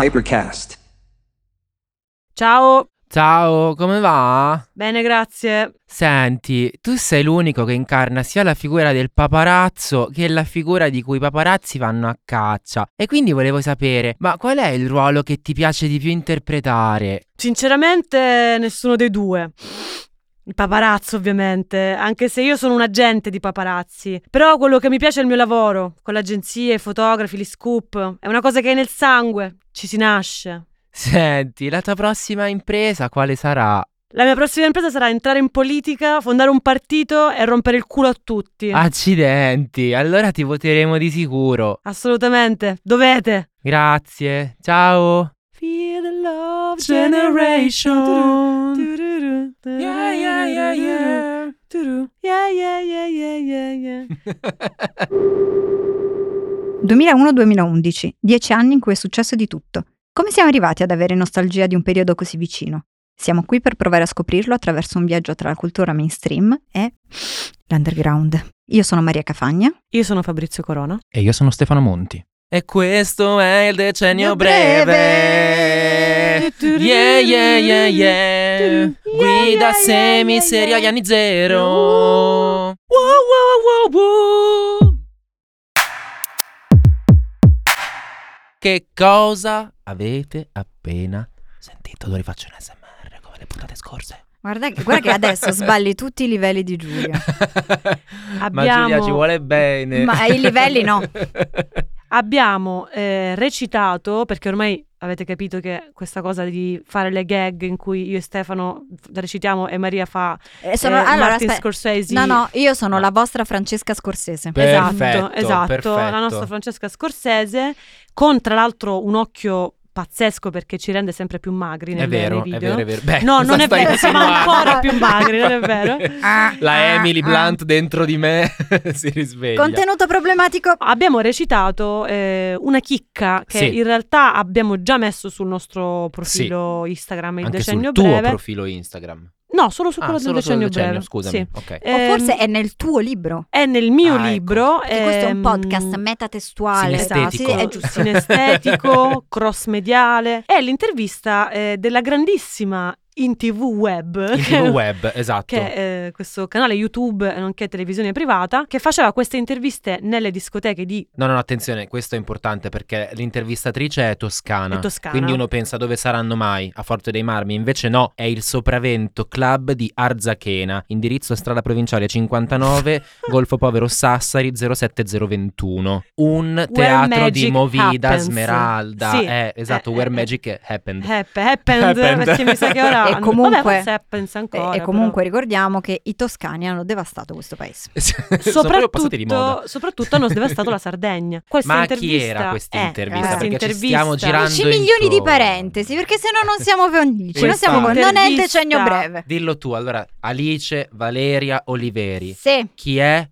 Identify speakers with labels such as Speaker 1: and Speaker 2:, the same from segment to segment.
Speaker 1: Hypercast.
Speaker 2: Ciao,
Speaker 3: Ciao, come va?
Speaker 2: bene, grazie.
Speaker 3: Senti, tu sei l'unico che incarna sia la figura del paparazzo che la figura di cui i paparazzi vanno a caccia. E quindi volevo sapere, ma qual è il ruolo che ti piace di più interpretare?
Speaker 2: Sinceramente, nessuno dei due. Il paparazzo, ovviamente, anche se io sono un agente di paparazzi. Però quello che mi piace è il mio lavoro, con le agenzie, i fotografi, gli scoop. È una cosa che è nel sangue, ci si nasce.
Speaker 3: Senti, la tua prossima impresa quale sarà?
Speaker 2: La mia prossima impresa sarà entrare in politica, fondare un partito e rompere il culo a tutti.
Speaker 3: Accidenti, allora ti voteremo di sicuro.
Speaker 2: Assolutamente, dovete.
Speaker 3: Grazie, ciao.
Speaker 2: Feel the love
Speaker 3: Generation.
Speaker 2: Tururu, tururu,
Speaker 3: Yeah, yeah, yeah, yeah.
Speaker 2: tururu, yeah, yeah, yeah, yeah, yeah, yeah.
Speaker 4: 2001-2011, dieci anni in cui è successo di tutto. Come siamo arrivati ad avere nostalgia di un periodo così vicino? Siamo qui per provare a scoprirlo attraverso un viaggio tra la cultura mainstream e l'underground. Io sono Maria Cafagna.
Speaker 2: Io sono Fabrizio Corona.
Speaker 5: E io sono Stefano Monti.
Speaker 3: E questo è il decennio breve. Yeah, yeah, yeah, yeah. Guida semi seria agli anni zero. Wow, wow, wow, wow. Che cosa avete appena sentito? Lo rifaccio in SMR come le puntate scorse.
Speaker 4: Guarda, guarda che adesso sballi tutti i livelli di Giulia.
Speaker 3: Ma Giulia
Speaker 2: Abbiamo-
Speaker 3: ci vuole bene.
Speaker 4: Ma ai livelli no.
Speaker 2: Abbiamo eh, recitato, perché ormai avete capito che questa cosa di fare le gag in cui io e Stefano f- recitiamo e Maria fa
Speaker 4: Eh, Ah. sono-
Speaker 2: eh,
Speaker 4: allora,
Speaker 2: Martin
Speaker 4: aspe-
Speaker 2: Scorsese.
Speaker 4: No, no, io sono la vostra Francesca Scorsese.
Speaker 2: Esatto,
Speaker 3: Perfetto,
Speaker 2: esatto, la
Speaker 3: perfetto.
Speaker 2: nostra Francesca Scorsese con tra l'altro un occhio pazzesco perché ci rende sempre più magri nei,
Speaker 3: È vero,
Speaker 2: nei
Speaker 3: è
Speaker 2: video.
Speaker 3: vero, è vero. Beh,
Speaker 2: No, non
Speaker 3: cosa
Speaker 2: è
Speaker 3: stai
Speaker 2: vero, siamo
Speaker 3: insinuando?
Speaker 2: ancora più magri, non è vero?
Speaker 3: La Emily
Speaker 4: ah.
Speaker 3: Blunt dentro di me si risveglia.
Speaker 4: Contenuto problematico.
Speaker 2: Abbiamo recitato eh, una chicca che
Speaker 3: Sì.
Speaker 2: in realtà abbiamo già messo sul nostro profilo Instagram il
Speaker 3: Anche
Speaker 2: decennio
Speaker 3: sul tuo
Speaker 2: breve.
Speaker 3: profilo Instagram.
Speaker 2: no, solo su quello
Speaker 3: ah,
Speaker 2: del
Speaker 3: solo sul
Speaker 2: decennio breve.
Speaker 3: scusami.
Speaker 2: Sì.
Speaker 3: Ok.
Speaker 4: O
Speaker 2: Ehm,
Speaker 4: forse è nel tuo libro.
Speaker 2: è nel mio
Speaker 3: Ah, ecco.
Speaker 2: libro.
Speaker 4: Perché questo è un
Speaker 2: ehm,
Speaker 4: podcast metatestuale.
Speaker 3: Sinestetico.
Speaker 4: Sì, è giusto.
Speaker 2: Sinestetico, cross mediale. È l'intervista eh, della grandissima in TV web.
Speaker 3: Il
Speaker 2: che-
Speaker 3: tipo web, esatto.
Speaker 2: che è eh, questo canale YouTube, nonché televisione privata, che faceva queste interviste nelle discoteche di
Speaker 3: No, no, no, attenzione, questo è importante perché l'intervistatrice è toscana.
Speaker 2: È toscana.
Speaker 3: Ah, Quindi uno pensa dove saranno mai, a Forte dei Marmi. Invece no, è il Sopravento Club di Arzachena, indirizzo strada provinciale 59, Golfo Povero Sassari 07021. Un teatro
Speaker 2: Magic
Speaker 3: di Movida
Speaker 2: Happens.
Speaker 3: Smeralda.
Speaker 2: Sì.
Speaker 3: Eh, esatto,
Speaker 2: Eh,
Speaker 3: Where
Speaker 2: eh,
Speaker 3: Magic Happened.
Speaker 2: Happ- Happened,
Speaker 3: Happened.
Speaker 2: perché mi sa che ora
Speaker 4: E comunque-
Speaker 2: Vabbè, forse Happens ancora
Speaker 4: E- e comunque ricordiamo che i toscani hanno devastato questo paese.
Speaker 2: però.
Speaker 3: Sono proprio passati di moda.
Speaker 2: eh. soprattutto, soprattutto hanno devastato la Sardegna questa
Speaker 3: Ma a chi
Speaker 2: intervista
Speaker 3: era questa
Speaker 2: eh,
Speaker 3: intervista?
Speaker 2: questa
Speaker 3: Perché ci
Speaker 2: intervista-
Speaker 3: stiamo girando
Speaker 4: 10 milioni di
Speaker 3: intorno.
Speaker 4: parentesi, perché se no non siamo felici, non, siamo con- non è il decennio breve.
Speaker 3: Dillo tu, allora, Alice Valeria Oliveri.
Speaker 4: Sì,
Speaker 3: Chi è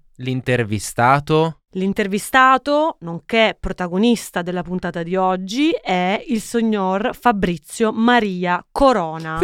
Speaker 3: l'intervistato?
Speaker 2: l'intervistato nonché protagonista della puntata di oggi è il signor Fabrizio Maria Corona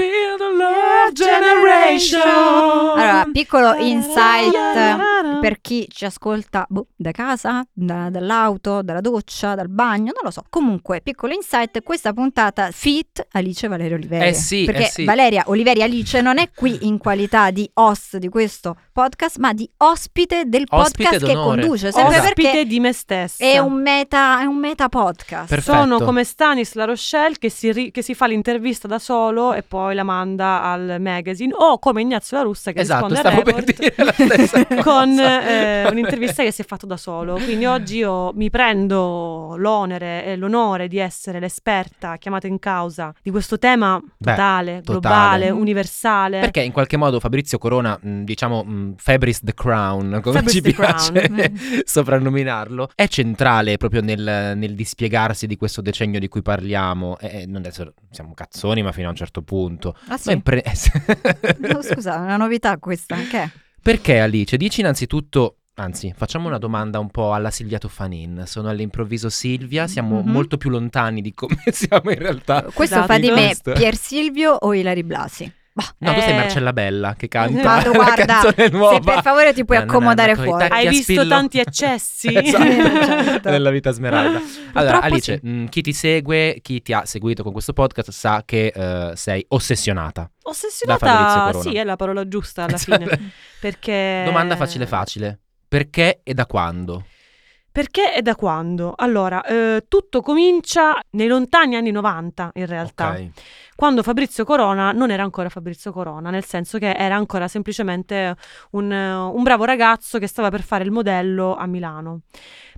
Speaker 4: allora, piccolo insight
Speaker 2: Tararara.
Speaker 4: per chi ci ascolta boh, da casa, da- dall'auto, dalla doccia, dal bagno, non lo so. Comunque, piccolo insight, questa puntata fit Alice Valeria Oliveri.
Speaker 3: Eh sì, eh
Speaker 4: perché
Speaker 3: sì.
Speaker 4: Valeria Oliveri Alice non è qui in qualità di host di questo podcast, ma di ospite del
Speaker 3: Ospite
Speaker 4: podcast che
Speaker 3: d'onore.
Speaker 4: conduce, sempre
Speaker 3: Esatto.
Speaker 2: ospite
Speaker 4: perché
Speaker 2: di me stessa
Speaker 4: è un meta è un meta podcast.
Speaker 3: Perfetto.
Speaker 2: sono come Stanis La Rochelle che si, ri- che si fa l'intervista da solo e poi la manda al magazine o come Ignazio La Russa che
Speaker 3: Esatto,
Speaker 2: risponde a
Speaker 3: stavo per
Speaker 2: Report.
Speaker 3: dire la stessa cosa.
Speaker 2: con eh, un'intervista che si è fatto da solo. Quindi oggi io mi prendo l'onere e l'onore di essere l'esperta chiamata in causa di questo tema
Speaker 3: Beh,
Speaker 2: totale, globale, universale.
Speaker 3: Perché in qualche modo Fabrizio Corona, mh, diciamo mh, Fabris the Crown, come
Speaker 2: Fabris
Speaker 3: ci
Speaker 2: the
Speaker 3: piace
Speaker 4: Crown.
Speaker 3: soprannominarlo, è centrale proprio nel, nel dispiegarsi di questo decennio di cui parliamo. E, e non adesso siamo cazzoni, ma fino a un certo punto.
Speaker 4: Ah, sì?
Speaker 3: Ma in pre-
Speaker 4: No, scusa, è una novità questa, che è?
Speaker 3: Perché Alice? Dici innanzitutto, anzi, facciamo una domanda un po' alla Silvia Toffanin. Sono all'improvviso Silvia, siamo
Speaker 4: Mhm.
Speaker 3: molto più lontani Ah, di come siamo in realtà.
Speaker 4: Questo
Speaker 2: Esatto.
Speaker 4: fa di me
Speaker 3: Questo.
Speaker 4: Pier Silvio o Ilari Blasi? Bah,
Speaker 3: No, tu sei
Speaker 2: Eh.
Speaker 3: Marcella Bella che canta
Speaker 4: Vado,
Speaker 3: la
Speaker 4: guarda,
Speaker 3: canzone nuova.
Speaker 4: se per favore ti puoi
Speaker 3: Na, na, na,
Speaker 4: accomodare
Speaker 3: coi
Speaker 4: fuori.
Speaker 3: tacchi
Speaker 2: Hai
Speaker 3: a
Speaker 2: visto
Speaker 3: spillo.
Speaker 2: tanti eccessi? Cioè,
Speaker 4: Certo.
Speaker 3: Esatto. Nella vita smeralda. Allora,
Speaker 4: Purtroppo
Speaker 3: Alice, mh, chi ti segue, chi ti ha seguito con questo podcast sa che eh, sei ossessionata. Da Fabrizio
Speaker 2: Ossessionata,
Speaker 3: Corona.
Speaker 2: sì, è la parola giusta alla fine. Perché...
Speaker 3: Esatto. Domanda facile facile. Perché e da quando?
Speaker 2: Perché e da quando? Allora, eh, tutto comincia nei lontani anni 90, in realtà.
Speaker 3: Ok.
Speaker 2: Quando Fabrizio Corona non era ancora Fabrizio Corona, nel senso che era ancora semplicemente un, eh, un bravo ragazzo che stava per fare il modello a Milano.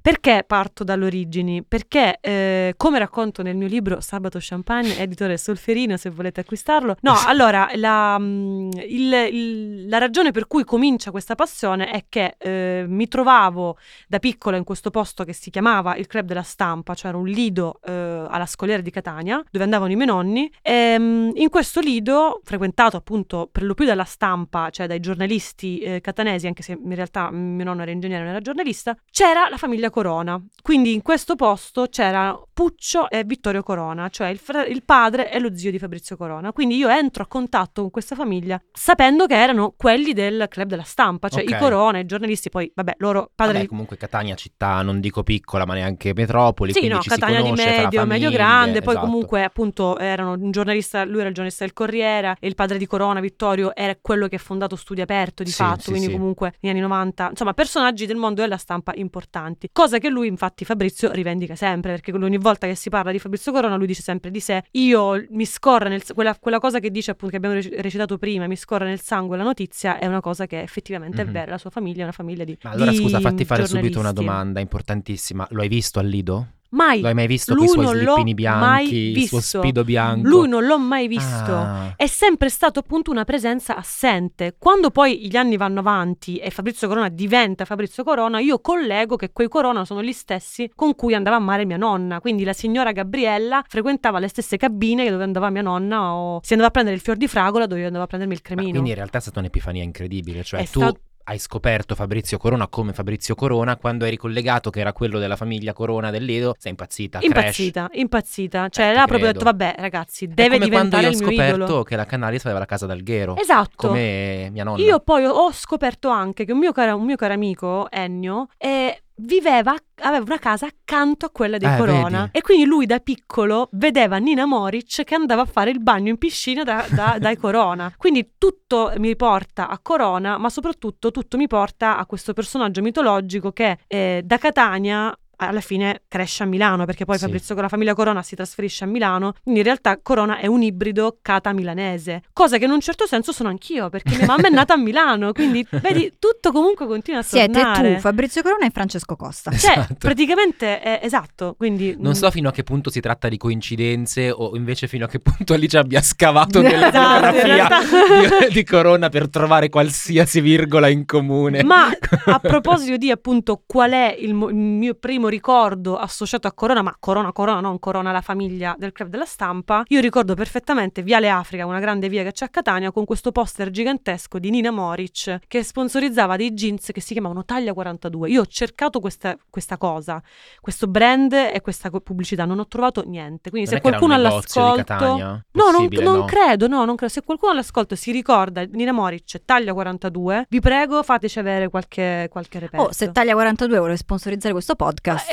Speaker 2: Perché parto dalle origini? Perché, eh, come racconto nel mio libro Sabato Champagne, editore Solferino, se volete acquistarlo. No, allora, la, mm, il- il- la ragione per cui comincia questa passione è che eh, mi trovavo da piccola in questo posto che si chiamava il Club della Stampa, cioè era un lido eh, alla Scogliera di Catania, dove andavano i miei nonni. Ehm, in questo lido, frequentato appunto per lo più dalla stampa, cioè dai giornalisti eh, catanesi, anche se in realtà mio nonno era ingegnere, non era giornalista, c'era la famiglia Corona. Quindi in questo posto c'era Puccio e Vittorio Corona, cioè il, fr- il padre e lo zio di Fabrizio Corona. Quindi io entro a contatto con questa famiglia sapendo che erano quelli del Club della Stampa, cioè
Speaker 3: Ok.
Speaker 2: i Corona, i giornalisti, poi vabbè, loro padre
Speaker 3: Vabbè,
Speaker 2: di
Speaker 3: comunque Catania città, non dico piccola, ma neanche metropoli,
Speaker 2: Sì,
Speaker 3: quindi
Speaker 2: no,
Speaker 3: ci
Speaker 2: Catania
Speaker 3: si
Speaker 2: di
Speaker 3: conosce fra
Speaker 2: medio, medio
Speaker 3: famiglie,
Speaker 2: grande, poi
Speaker 3: esatto.
Speaker 2: comunque appunto erano un giornalista, lui era il giornalista del Corriere e il padre di Corona, Vittorio, era quello che ha fondato Studio Aperto di
Speaker 3: Sì,
Speaker 2: fatto,
Speaker 3: sì,
Speaker 2: quindi
Speaker 3: sì.
Speaker 2: comunque negli anni 90, insomma personaggi del mondo della stampa importanti, cosa che lui infatti Fabrizio rivendica sempre, perché ogni volta che si parla di Fabrizio Corona lui dice sempre di sé, io mi scorre nel, quella, quella cosa che dice appunto che abbiamo rec- recitato prima, mi scorre nel sangue la notizia, è una cosa che effettivamente
Speaker 3: Mhm.
Speaker 2: è vera, la sua famiglia è una famiglia di...
Speaker 3: Ma allora
Speaker 2: di
Speaker 3: scusa, fatti fare subito una
Speaker 2: giornalisti.
Speaker 3: domanda importantissima. Lo hai visto al Lido?
Speaker 2: Mai,
Speaker 3: Lo hai mai visto
Speaker 2: Lui
Speaker 3: con i
Speaker 2: non
Speaker 3: suoi
Speaker 2: l'ho
Speaker 3: slippini
Speaker 2: mai
Speaker 3: bianchi, il suo
Speaker 2: visto.
Speaker 3: spido bianco?
Speaker 2: Lui non l'ho mai visto.
Speaker 3: Ah.
Speaker 2: È sempre stato appunto una presenza assente. Quando poi gli anni vanno avanti e Fabrizio Corona diventa Fabrizio Corona, io collego che quei Corona sono gli stessi con cui andava a mare mia nonna. Quindi la signora Gabriella frequentava le stesse cabine dove andava mia nonna o si andava a prendere il fior di fragola dove io andavo a prendermi il
Speaker 3: Ma
Speaker 2: cremino.
Speaker 3: quindi in realtà è stata un'epifania incredibile, cioè
Speaker 2: È
Speaker 3: tu
Speaker 2: stato-
Speaker 3: hai scoperto Fabrizio Corona come Fabrizio Corona quando hai ricollegato che era quello della famiglia Corona del Lido, sei impazzita, crash.
Speaker 2: impazzita, impazzita. Cioè,
Speaker 3: Eh, ti
Speaker 2: là proprio ho
Speaker 3: credo.
Speaker 2: detto, vabbè ragazzi,
Speaker 3: È
Speaker 2: deve
Speaker 3: come quando
Speaker 2: diventare
Speaker 3: io ho
Speaker 2: il mio
Speaker 3: scoperto
Speaker 2: idolo.
Speaker 3: che la Canalis aveva la casa d'Alghero,
Speaker 2: Esatto.
Speaker 3: come mia nonna.
Speaker 2: Io poi ho- ho scoperto anche che un mio caro, un mio caro amico, Ennio, eh, viveva, aveva una casa accanto a quella dei
Speaker 3: Eh,
Speaker 2: Corona.
Speaker 3: vedi?
Speaker 2: E quindi lui da piccolo vedeva Nina Moric che andava a fare il bagno in piscina da- da- dai Corona. Quindi tutto mi porta a Corona, ma soprattutto tutto mi porta a questo personaggio mitologico che eh, da Catania alla fine cresce a Milano perché poi
Speaker 3: Sì.
Speaker 2: Fabrizio con la famiglia Corona si trasferisce a Milano quindi in realtà Corona è un ibrido cata milanese cosa che in un certo senso sono anch'io perché mia mamma è nata a Milano quindi vedi tutto comunque continua a
Speaker 4: Siete
Speaker 2: tornare
Speaker 4: tu, Fabrizio Corona e Francesco Costa.
Speaker 2: cioè
Speaker 3: Esatto.
Speaker 2: praticamente è- esatto quindi
Speaker 3: Non so fino a che punto si tratta di coincidenze o invece fino a che punto Alice abbia scavato nella
Speaker 2: Esatto, in
Speaker 3: biografia
Speaker 2: realtà.
Speaker 3: di, di Corona per trovare qualsiasi virgola in comune.
Speaker 2: Ma a proposito di appunto qual è il, mo- il mio primo ricordo associato a Corona, ma Corona, Corona, non Corona, la famiglia del club della stampa, io ricordo perfettamente Viale Africa, una grande via che c'è a Catania, con questo poster gigantesco di Nina Moric che sponsorizzava dei jeans che si chiamavano Taglia 42. Io ho cercato questa, questa cosa, questo brand e questa co- pubblicità, non ho trovato niente. Quindi
Speaker 3: Non
Speaker 2: se
Speaker 3: è che era un
Speaker 2: qualcuno
Speaker 3: negozio di
Speaker 2: all'ascolto...
Speaker 3: Catania?
Speaker 2: No, non,
Speaker 3: Possibile,
Speaker 2: non
Speaker 3: no.
Speaker 2: credo, no, non credo. Se qualcuno all'ascolto si ricorda Nina Moric, taglia 42, vi prego fateci avere qualche, qualche reperto.
Speaker 4: Oh, se Taglia 42 vuole sponsorizzare questo podcast.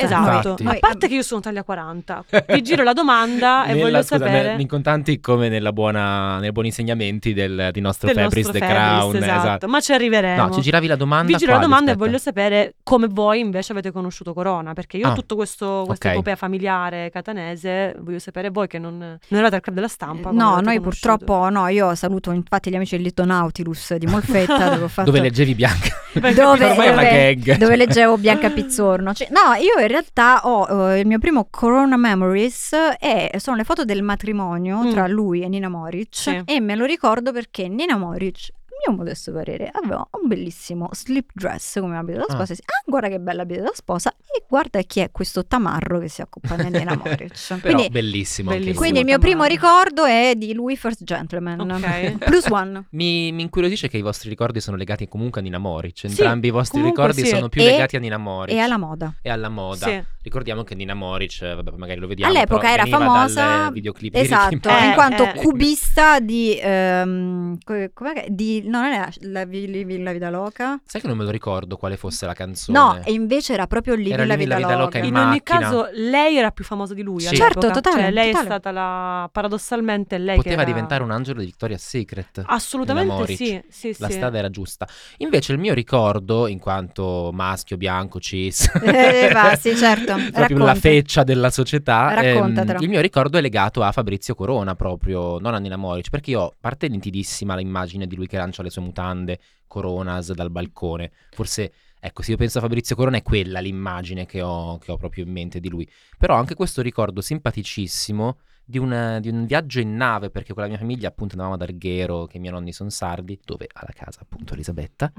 Speaker 2: Eh, Esatto,
Speaker 3: Infatti.
Speaker 2: a parte che io sono taglia 40, vi giro la domanda e
Speaker 3: Nella-
Speaker 2: voglio
Speaker 3: scusa,
Speaker 2: sapere...
Speaker 3: nel- in contanti come nella buona, nei buoni insegnamenti del, di nostro
Speaker 2: del
Speaker 3: Fabris
Speaker 2: nostro
Speaker 3: The
Speaker 2: Fabris,
Speaker 3: Crown.
Speaker 2: esatto. ma ci arriveremo.
Speaker 3: No, ci giravi la domanda.
Speaker 2: vi giro la
Speaker 3: quale,
Speaker 2: domanda
Speaker 3: aspetta?
Speaker 2: e voglio sapere come voi invece avete conosciuto Corona, perché io
Speaker 3: Ah,
Speaker 2: ho tutto questo, questa
Speaker 3: ok.
Speaker 2: epopea familiare catanese, voglio sapere voi che non, non eravate al club della stampa. come
Speaker 4: Eh, No,
Speaker 2: l'avete
Speaker 4: noi
Speaker 2: conosciuto.
Speaker 4: purtroppo no, io saluto infatti gli amici del Litto Nautilus di Molfetta dove ho fatto
Speaker 3: Dove leggevi Bianca?
Speaker 4: Dove-
Speaker 3: Ormai è una
Speaker 4: dove-
Speaker 3: gag.
Speaker 4: dove leggevo Bianca Pizzorno. Cioè, no, io in realtà ho eh, il mio primo Corona Memories e sono le foto del matrimonio
Speaker 2: Mm.
Speaker 4: tra lui e Nina Moric
Speaker 2: Sì.
Speaker 4: e me lo ricordo perché Nina Moric mio modesto parere, aveva un bellissimo slip dress come abito da
Speaker 3: Ah.
Speaker 4: sposa. e si- Ah, guarda che bella abito da sposa. E guarda chi è questo tamarro che si accompagna a Elena Moric.
Speaker 3: Però
Speaker 4: quindi,
Speaker 3: bellissimo. anche
Speaker 2: bellissimo.
Speaker 4: quindi
Speaker 3: lui.
Speaker 4: il mio primo
Speaker 2: Tamarro.
Speaker 4: ricordo è di lui First Gentleman.
Speaker 2: Ok.
Speaker 4: Plus one.
Speaker 3: Mi, mi incuriosisce che i vostri ricordi sono legati comunque a Nina Moric. Entrambi i vostri
Speaker 2: comunque
Speaker 3: ricordi
Speaker 2: sì.
Speaker 3: sono più
Speaker 4: E-
Speaker 3: legati a Nina Moric
Speaker 4: E alla moda.
Speaker 3: e alla moda.
Speaker 2: Sì.
Speaker 3: Ricordiamo che Nina Moric, eh, vabbè, magari lo vediamo.
Speaker 4: All'epoca
Speaker 3: però
Speaker 4: era
Speaker 3: veniva
Speaker 4: famosa.
Speaker 3: Dal videoclip di
Speaker 4: Esatto,
Speaker 3: Ricky Martin.
Speaker 2: Eh,
Speaker 4: in quanto
Speaker 2: eh.
Speaker 4: cubista di... ehm, co- com'è che- di no, non era la Villa, Villa Vida Loca.
Speaker 3: Sai che non me lo ricordo quale fosse la canzone.
Speaker 4: No, e invece era proprio lì
Speaker 3: Era
Speaker 4: Villa
Speaker 3: lì Villa
Speaker 4: Vida
Speaker 3: Vida
Speaker 4: Loca.
Speaker 3: Loca in
Speaker 2: In ogni
Speaker 3: macchina.
Speaker 2: caso, lei era più famosa di lui.
Speaker 3: Sì.
Speaker 2: all'epoca.
Speaker 4: Certo, totale,
Speaker 2: Cioè, lei
Speaker 4: totale.
Speaker 2: è stata la. Paradossalmente, è lei che.
Speaker 3: Poteva
Speaker 2: era-
Speaker 3: diventare un angelo di Victoria's Secret.
Speaker 4: Ah,
Speaker 3: Ella
Speaker 2: Assolutamente
Speaker 3: Moric.
Speaker 2: sì. sì,
Speaker 3: La
Speaker 2: sì.
Speaker 3: strada era giusta. Invece il mio ricordo, in quanto maschio, bianco, cis,
Speaker 4: Eh, va, sì, certo.
Speaker 3: proprio la
Speaker 4: Racconta.
Speaker 3: feccia della società, ehm,
Speaker 4: Raccontatelo.
Speaker 3: il mio ricordo è legato a Fabrizio Corona proprio, non a Nina Moric, perché io ho parte nitidissima l'immagine di lui che lancia le sue mutande Coronas dal balcone. Forse, ecco, se io penso a Fabrizio Corona è quella l'immagine che ho, che ho proprio in mente di lui. Però ho anche questo ricordo simpaticissimo di un, di un viaggio in nave, perché con la mia famiglia appunto andavamo ad Arghero, che i miei nonni sono sardi, dove ha la casa appunto Elisabetta.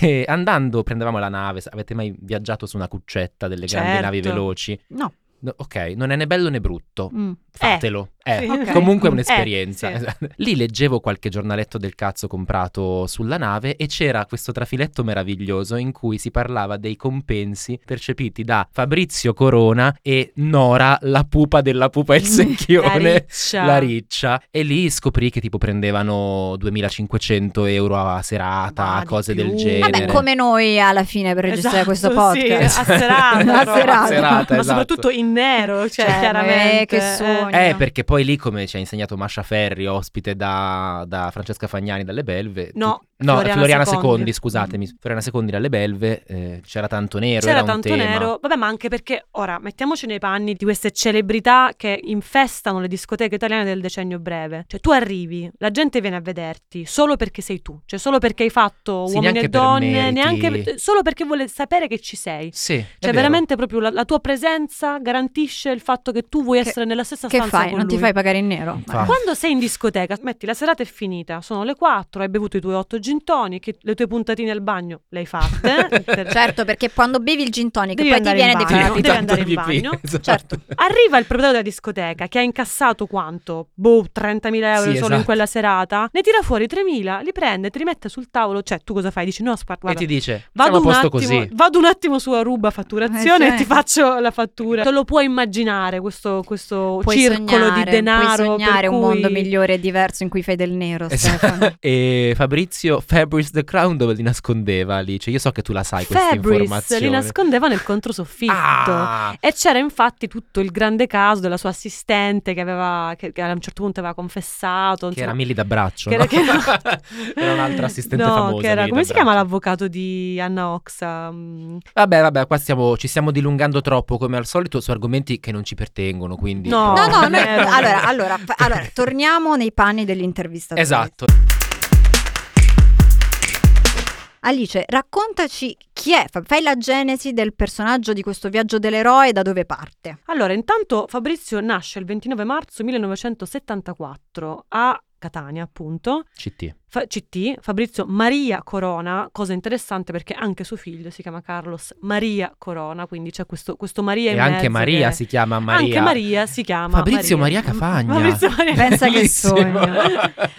Speaker 3: E andando prendevamo la nave, sa- avete mai viaggiato su una cuccetta delle grandi
Speaker 2: Certo.
Speaker 3: navi veloci?
Speaker 4: No.
Speaker 3: No, ok, non è né bello né brutto,
Speaker 4: Mm.
Speaker 3: fatelo. Eh,
Speaker 2: Sì.
Speaker 4: Ok.
Speaker 3: Comunque è
Speaker 2: Mm.
Speaker 3: un'esperienza.
Speaker 2: Eh,
Speaker 3: Lì leggevo qualche giornaletto del cazzo comprato sulla nave e c'era questo trafiletto meraviglioso in cui si parlava dei compensi percepiti da Fabrizio Corona e Nora, la pupa della pupa e il
Speaker 2: La
Speaker 3: secchione.
Speaker 2: riccia.
Speaker 3: La riccia e lì scoprì che tipo prendevano 2500 euro a serata,
Speaker 2: Ma di
Speaker 3: cose
Speaker 2: più.
Speaker 3: del
Speaker 2: Vabbè,
Speaker 3: genere.
Speaker 4: Vabbè, come noi alla fine per registrare
Speaker 2: Esatto,
Speaker 4: questo
Speaker 2: Sì,
Speaker 4: podcast.
Speaker 2: a serata,
Speaker 4: A
Speaker 2: però.
Speaker 4: serata. A
Speaker 3: serata,
Speaker 2: ma
Speaker 3: esatto.
Speaker 2: soprattutto in nero, cioè,
Speaker 4: Cioè,
Speaker 2: chiaramente.
Speaker 4: eh, che sogno.
Speaker 3: Eh, perché poi lì, come ci ha insegnato Masha Ferri, ospite da, da Francesca Fagnani dalle Belve. tu-
Speaker 2: No,
Speaker 3: no,
Speaker 2: Floriana
Speaker 3: Floriana, Secondi.
Speaker 2: Secondi, Mm.
Speaker 3: scusatemi. Floriana Secondi dalle Belve, eh, c'era tanto nero.
Speaker 2: C'era
Speaker 3: era un
Speaker 2: tanto
Speaker 3: tema.
Speaker 2: nero, vabbè, ma anche perché ora mettiamoci nei panni di queste celebrità che infestano le discoteche italiane del decennio breve. Cioè, tu arrivi, la gente viene a vederti solo perché sei tu, cioè solo perché hai fatto
Speaker 3: Sì,
Speaker 2: uomini
Speaker 3: neanche
Speaker 2: e
Speaker 3: per
Speaker 2: donne,
Speaker 3: meriti.
Speaker 2: neanche per- solo perché vuole sapere che ci sei.
Speaker 3: Sì, è
Speaker 2: Cioè,
Speaker 3: vero.
Speaker 2: veramente proprio la, la tua presenza garantisce il fatto che tu vuoi
Speaker 4: Che-
Speaker 2: essere nella stessa
Speaker 4: Che
Speaker 2: stanza
Speaker 4: fai?
Speaker 2: con
Speaker 4: Non ti
Speaker 2: lui.
Speaker 4: fai pagare in nero?
Speaker 3: Infatti.
Speaker 2: Quando sei in discoteca, metti la serata è finita, sono le 4, hai bevuto i tuoi 8 gin tonic, le tue puntatine al bagno le hai fatte. per-
Speaker 4: Certo, perché quando bevi il gin tonic
Speaker 2: Devi
Speaker 4: poi ti
Speaker 2: andare
Speaker 4: viene
Speaker 2: in
Speaker 4: di
Speaker 2: bagno.
Speaker 4: fare
Speaker 2: ah, non
Speaker 3: Sì,
Speaker 2: devi
Speaker 3: tanto
Speaker 2: andare in
Speaker 3: pipì,
Speaker 2: bagno.
Speaker 3: esatto.
Speaker 4: Certo.
Speaker 2: Arriva il proprietario della discoteca che ha incassato quanto? Boh, 30.000 euro
Speaker 3: Sì,
Speaker 2: solo
Speaker 3: esatto.
Speaker 2: in quella serata. Ne tira fuori 3.000, li prende, te li mette sul tavolo. Cioè, tu cosa fai? Dici no, aspetta,
Speaker 3: E
Speaker 2: guarda.
Speaker 3: ti dice: Vado
Speaker 2: Vado
Speaker 3: a
Speaker 2: un,
Speaker 3: posto
Speaker 2: attimo,
Speaker 3: così.
Speaker 2: vado un attimo su Aruba fatturazione
Speaker 4: Eh, sì.
Speaker 2: e ti faccio la fattura. Te lo puoi immaginare questo, questo
Speaker 4: Puoi
Speaker 2: circolo
Speaker 4: sognare,
Speaker 2: di denaro.
Speaker 4: Puoi sognare
Speaker 2: per
Speaker 4: un mondo
Speaker 2: cui-
Speaker 4: migliore e diverso in cui fai del nero, Stefano.
Speaker 3: Esatto. E Fabrizio Fabris the Crown dove li nascondeva lì? Cioè, io so che tu la sai questa
Speaker 2: Fabris
Speaker 3: informazione.
Speaker 2: li nascondeva nel controsoffitto.
Speaker 4: Eh,
Speaker 3: Ah!
Speaker 2: E c'era infatti tutto il grande caso della sua assistente che aveva, che, che a un certo punto aveva confessato.
Speaker 3: Che
Speaker 2: insomma.
Speaker 3: era Milly d'Abbraccio.
Speaker 2: Che
Speaker 3: no?
Speaker 2: era- che era-
Speaker 3: Era un'altra assistente
Speaker 2: No,
Speaker 3: famosa.
Speaker 2: che era-
Speaker 3: Milly
Speaker 2: come si
Speaker 3: D'Abbraccio.
Speaker 2: chiama l'avvocato di Anna Oxa? Mm,
Speaker 3: Vabbè, vabbè, qua stiamo- ci stiamo dilungando troppo come al solito su argomenti che non ci pertengono, quindi...
Speaker 2: Eh, No.
Speaker 4: No, no,
Speaker 2: non
Speaker 4: noi-
Speaker 2: era.
Speaker 4: allora, allora, fa- allora, torniamo nei panni dell'intervista.
Speaker 3: Esatto.
Speaker 4: Alice, raccontaci chi è, fa- fai la genesi del personaggio di questo viaggio dell'eroe e da dove parte.
Speaker 2: Allora, intanto Fabrizio nasce il 29 marzo 1974 a Catania, appunto.
Speaker 3: CT.
Speaker 2: Fa- CT, Fabrizio Maria Corona, cosa interessante perché anche suo figlio si chiama Carlos Maria Corona, quindi c'è questo, questo Maria
Speaker 3: E
Speaker 2: in
Speaker 3: anche
Speaker 2: mezzo
Speaker 3: Maria
Speaker 2: che-
Speaker 3: si chiama Maria.
Speaker 2: Anche Maria si chiama
Speaker 3: Fabrizio Maria, Cafagna.
Speaker 2: Fabrizio Maria
Speaker 4: Pensa che
Speaker 3: Bellissimo.
Speaker 4: sogno.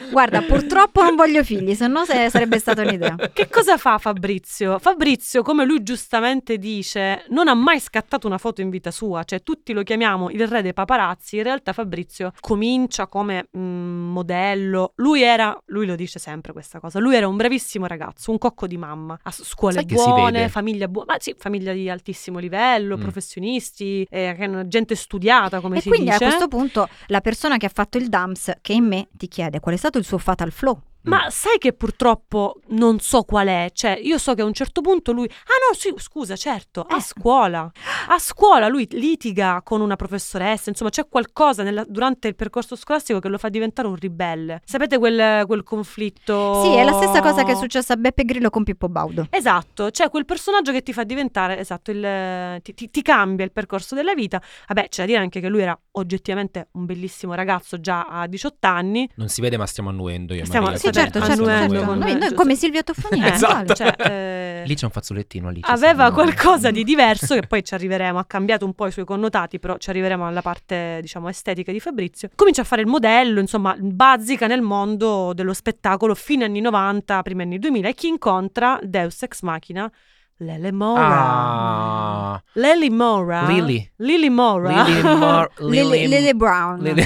Speaker 4: Guarda, purtroppo non voglio figli, se no se- sarebbe stata un'idea.
Speaker 2: Che cosa fa Fabrizio? Fabrizio, come lui giustamente dice, non ha mai scattato una foto in vita sua, cioè tutti lo chiamiamo il re dei paparazzi, in realtà Fabrizio comincia come mm, modello, lui era, lui lo dice sempre questa cosa, lui era un bravissimo ragazzo, un cocco di mamma, a s- scuole
Speaker 3: Sai che si vede?
Speaker 2: buone, famiglia buona, ma sì, famiglia di altissimo livello,
Speaker 3: Mm.
Speaker 2: professionisti, eh, che hanno gente studiata come
Speaker 4: E
Speaker 2: si
Speaker 4: quindi
Speaker 2: dice.
Speaker 4: a questo punto la persona che ha fatto il DAMS, che in me ti chiede qual è stato il suo fatal flow.
Speaker 2: Ma sai che purtroppo non so qual è, cioè io so che a un certo punto lui, ah no, sì, scusa, certo, a
Speaker 4: Eh.
Speaker 2: scuola, a scuola lui litiga con una professoressa, insomma c'è qualcosa nella- durante il percorso scolastico che lo fa diventare un ribelle. Sapete quel, quel conflitto?
Speaker 4: Sì, è la stessa cosa che
Speaker 3: Oh.
Speaker 4: è successa a Beppe Grillo con Pippo Baudo.
Speaker 3: Eh,
Speaker 2: Esatto, c'è quel personaggio che ti fa diventare, esatto, il, ti, ti- ti cambia il percorso della vita. Vabbè, c'è da dire anche che lui era oggettivamente un bellissimo ragazzo già a 18 anni.
Speaker 3: Non si vede, ma stiamo annuendo io. e
Speaker 2: Stiamo-
Speaker 3: Maria,
Speaker 4: Sì,
Speaker 2: Sì,
Speaker 4: certo,
Speaker 2: vabbè,
Speaker 4: certo,
Speaker 2: annuendo
Speaker 4: certo.
Speaker 2: con-
Speaker 4: Noi, noi
Speaker 2: giusto.
Speaker 4: come Silvia Toffonia,
Speaker 3: Esatto.
Speaker 4: uguale.
Speaker 2: Cioè, eh,
Speaker 3: Lì c'è un fazzolettino, Alice.
Speaker 2: aveva
Speaker 3: secondo me.
Speaker 2: qualcosa di diverso che poi ci arriveremo, ha cambiato un po' i suoi connotati, però ci arriveremo alla parte, diciamo, estetica di Fabrizio. Comincia a fare il modello, insomma, bazzica nel mondo dello spettacolo fine anni 90, primi anni 2000 e chi incontra Deus Ex Machina Lele Mora.
Speaker 3: Ah,
Speaker 2: Lily Mora.
Speaker 3: Lily.
Speaker 2: Lily Mora.
Speaker 3: Lily Mor-
Speaker 4: Lily,
Speaker 3: Lily-
Speaker 4: Lily Brown.
Speaker 3: Lily-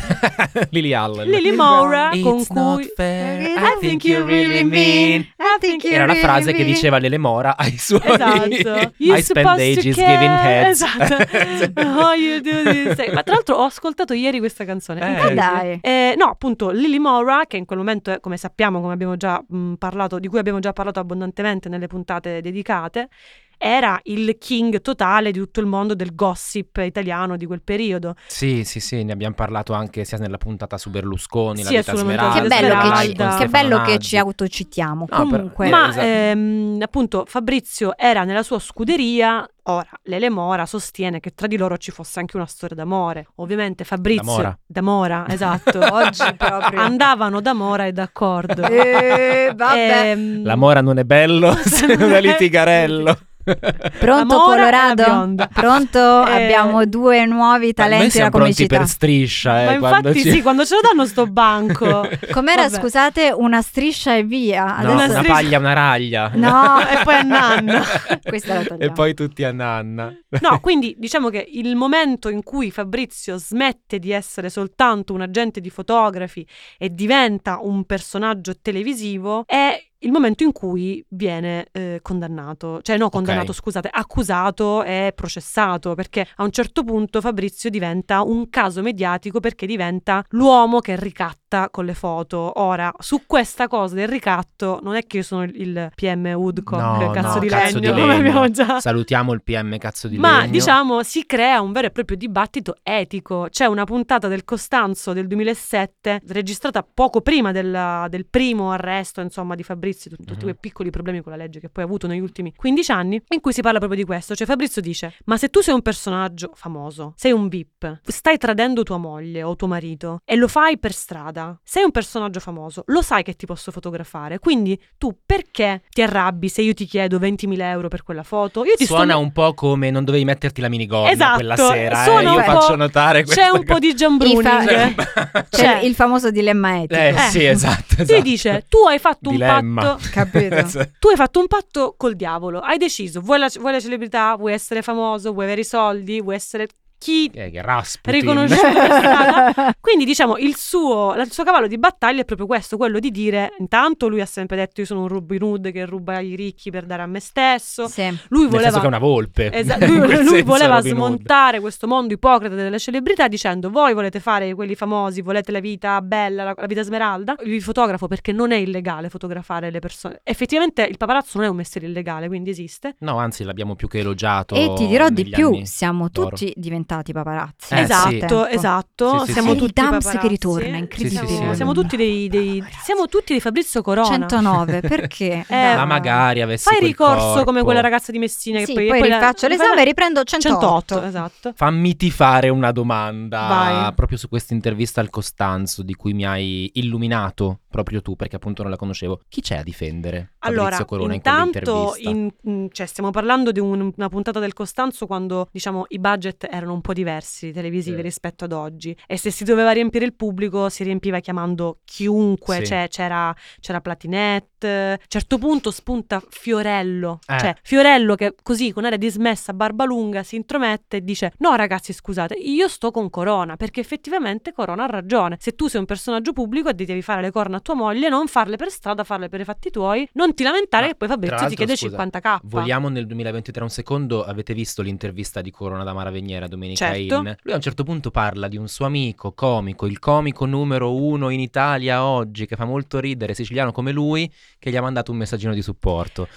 Speaker 3: Lily Allen.
Speaker 2: Lily Mora
Speaker 3: It's
Speaker 2: con
Speaker 3: not
Speaker 2: cui
Speaker 3: fair,
Speaker 4: I
Speaker 3: I think you really mean.
Speaker 4: I think you
Speaker 3: Ah, Era la
Speaker 4: really
Speaker 3: frase che
Speaker 4: mean.
Speaker 3: diceva Lele Mora ai suoi
Speaker 2: Esatto.
Speaker 3: I spend ages giving heads.
Speaker 2: Esatto. Oh, you do this. Ma tra l'altro ho ascoltato ieri questa canzone.
Speaker 3: Eh.
Speaker 2: Incredibile.
Speaker 4: Ma dai.
Speaker 2: Eh, no, appunto, Lily Mora, che in quel momento, è, come sappiamo, come abbiamo già mh, parlato, di cui abbiamo già parlato abbondantemente nelle puntate dedicate, era il king totale di tutto il mondo del gossip italiano di quel periodo.
Speaker 3: Sì, sì, sì, ne abbiamo parlato anche sia nella puntata su Berlusconi,
Speaker 2: Sì,
Speaker 3: la vita
Speaker 2: assolutamente.
Speaker 3: smeralda.
Speaker 4: Che bello,
Speaker 3: con
Speaker 4: che ci,
Speaker 2: Smeralda.
Speaker 4: che
Speaker 3: Stefano
Speaker 4: bello che
Speaker 3: Nazzi.
Speaker 4: ci autocitiamo.
Speaker 3: No, però-
Speaker 4: Comunque,
Speaker 3: Ma-
Speaker 2: Ma
Speaker 3: esatto.
Speaker 2: ehm, appunto Fabrizio era nella sua scuderia, ora Lele Mora sostiene che tra di loro ci fosse anche una storia d'amore. Ovviamente Fabrizio
Speaker 3: Da Mora.
Speaker 2: da Mora, esatto.
Speaker 4: oggi proprio.
Speaker 2: Andavano da Mora e d'accordo.
Speaker 4: Eh, vabbè.
Speaker 2: Ehm,
Speaker 3: La Mora non è bello, se non è litigarello.
Speaker 4: Pronto
Speaker 2: La Mora e la
Speaker 4: Colorado?
Speaker 2: bionda.
Speaker 4: Pronto?
Speaker 2: Eh,
Speaker 4: Abbiamo due nuovi
Speaker 3: Ma noi
Speaker 4: talenti
Speaker 3: siamo
Speaker 4: alla
Speaker 3: pronti
Speaker 4: comicità.
Speaker 3: per striscia, eh,
Speaker 2: Ma
Speaker 3: quando
Speaker 2: infatti
Speaker 3: ci-
Speaker 2: sì, quando ce lo danno sto banco.
Speaker 4: Com'era,
Speaker 2: Vabbè.
Speaker 4: scusate, una striscia e via?
Speaker 3: No,
Speaker 2: Una
Speaker 3: una,
Speaker 2: striscia.
Speaker 3: paglia, una raglia.
Speaker 4: No,
Speaker 2: e poi a nanna.
Speaker 4: Questa la togliamo.
Speaker 3: E poi tutti a nanna.
Speaker 2: No, quindi diciamo che il momento in cui Fabrizio smette di essere soltanto un agente di fotografi e diventa un personaggio televisivo è il momento in cui viene eh, condannato, cioè no condannato,
Speaker 3: Ok.
Speaker 2: scusate, accusato e processato, perché a un certo punto Fabrizio diventa un caso mediatico perché diventa l'uomo che ricatta con le foto. Ora, su questa cosa del ricatto non è che io sono il PM Woodcock,
Speaker 3: No,
Speaker 2: cazzo,
Speaker 3: no,
Speaker 2: di,
Speaker 3: cazzo
Speaker 2: legno,
Speaker 3: di
Speaker 2: come
Speaker 3: legno.
Speaker 2: abbiamo già
Speaker 3: Salutiamo il PM cazzo di
Speaker 2: Ah. ma
Speaker 3: legno.
Speaker 2: diciamo si crea un vero e proprio dibattito etico. C'è una puntata del Costanzo del 2007, registrata poco prima della- del primo arresto, insomma, di Fabrizio, tutti
Speaker 3: Mhm.
Speaker 2: tutti quei piccoli problemi con la legge che poi ha avuto negli ultimi 15 anni, in cui si parla proprio di questo. Cioè Fabrizio dice, ma se tu sei un personaggio famoso, sei un VIP, stai tradendo tua moglie o tuo marito e lo fai per strada, sei un personaggio famoso, lo sai che ti posso fotografare, quindi tu perché ti arrabbi se io ti chiedo 20.000 euro per quella foto? Io ti sto
Speaker 3: Suona un po' come non dovevi metterti la minigonna
Speaker 2: Esatto,
Speaker 3: quella sera. eh.
Speaker 2: suona
Speaker 3: Io
Speaker 4: un po'-
Speaker 3: faccio notare questo.
Speaker 2: C'è un po' di
Speaker 4: Infatti.
Speaker 2: Giambruning.
Speaker 4: C'è
Speaker 2: Cioè,
Speaker 4: il famoso dilemma etico.
Speaker 3: Eh, sì,
Speaker 2: Eh.
Speaker 3: esatto.
Speaker 2: Ti
Speaker 3: esatto.
Speaker 2: dice, tu hai fatto un
Speaker 3: Dilemma.
Speaker 2: patto.
Speaker 4: Capito?
Speaker 3: Sì.
Speaker 2: Tu hai fatto un patto col diavolo. Hai deciso, vuoi la, vuoi la celebrità, vuoi essere famoso, vuoi avere i soldi, vuoi essere chi
Speaker 3: Eh, che Rasputin.
Speaker 2: riconosciuto per strada. Quindi diciamo il suo, la- il suo cavallo di battaglia è proprio questo, quello di dire intanto lui ha sempre detto io sono un Robin Hood che ruba ai ricchi per dare a me stesso.
Speaker 4: Sì.
Speaker 2: Lui
Speaker 3: Nel senso che è
Speaker 2: voleva
Speaker 3: una volpe.
Speaker 2: Esa-
Speaker 3: In
Speaker 2: Esatto, lui,
Speaker 3: quel
Speaker 2: lui
Speaker 3: senso
Speaker 2: voleva
Speaker 3: Robin Hood.
Speaker 2: smontare questo mondo ipocrita delle celebrità dicendo voi volete fare quelli famosi, volete la vita bella, la, la vita smeralda, io vi fotografo perché non è illegale fotografare le persone. Effettivamente il paparazzo non è un mestiere illegale, quindi esiste.
Speaker 3: No, anzi, l'abbiamo più che elogiato.
Speaker 4: E ti dirò di
Speaker 3: negli
Speaker 4: più,
Speaker 3: anni.
Speaker 4: siamo
Speaker 3: d'oro.
Speaker 4: tutti diventati paparazzi. Ecco.
Speaker 3: Eh, sì.
Speaker 2: esatto, esatto,
Speaker 3: Sì, sì,
Speaker 2: siamo
Speaker 3: sì.
Speaker 2: tutti
Speaker 4: È il Dams
Speaker 2: paparazzi.
Speaker 4: che ritorna, incredibile.
Speaker 3: Sì, sì,
Speaker 2: Siamo,
Speaker 3: sì.
Speaker 2: siamo tutti dei, dei-
Speaker 4: Bravo,
Speaker 2: siamo tutti dei Fabrizio Corona.
Speaker 4: 109, perché?
Speaker 2: Eh,
Speaker 3: Ma magari avessi
Speaker 2: Fai
Speaker 3: quel
Speaker 2: ricorso come
Speaker 3: corpo.
Speaker 2: quella ragazza di Messina che
Speaker 4: Sì,
Speaker 2: poi,
Speaker 4: poi
Speaker 2: la-
Speaker 4: rifaccio
Speaker 2: rifai-
Speaker 4: l'esame e riprendo 108.
Speaker 2: 108, esatto.
Speaker 3: Fammi ti fare una domanda
Speaker 2: Vai.
Speaker 3: proprio su questa intervista al Costanzo di cui mi hai illuminato proprio tu perché appunto non la conoscevo. Chi c'è a difendere Fabrizio
Speaker 2: Allora,
Speaker 3: Corona
Speaker 2: intanto
Speaker 3: in quell'intervista?
Speaker 2: in- mm, cioè, stiamo parlando di un- una puntata del Costanzo quando diciamo i budget erano un po' diversi televisivi
Speaker 3: Sì.
Speaker 2: rispetto ad oggi e se si doveva riempire il pubblico si riempiva chiamando chiunque,
Speaker 3: Sì.
Speaker 2: cioè, c'era, c'era Platinette, a un certo punto spunta Fiorello,
Speaker 3: Eh.
Speaker 2: cioè Fiorello che così con aria dismessa, barba lunga, si intromette e dice no ragazzi scusate io sto con Corona perché effettivamente Corona ha ragione, se tu sei un personaggio pubblico e devi fare le corna a tua moglie non farle per strada, farle per i fatti tuoi, non ti lamentare
Speaker 3: Ma,
Speaker 2: che poi
Speaker 3: tra
Speaker 2: Fabrizio ti
Speaker 3: l'altro,
Speaker 2: chiede
Speaker 3: scusa,
Speaker 2: 50k.
Speaker 3: Vogliamo nel 2023 un secondo, avete visto l'intervista di Corona da Mara Veniera domenica
Speaker 2: Certo.
Speaker 3: in? Lui a un certo punto parla di un suo amico comico, il comico numero uno in Italia oggi, che fa molto ridere, siciliano come lui, che gli ha mandato un messaggino di supporto.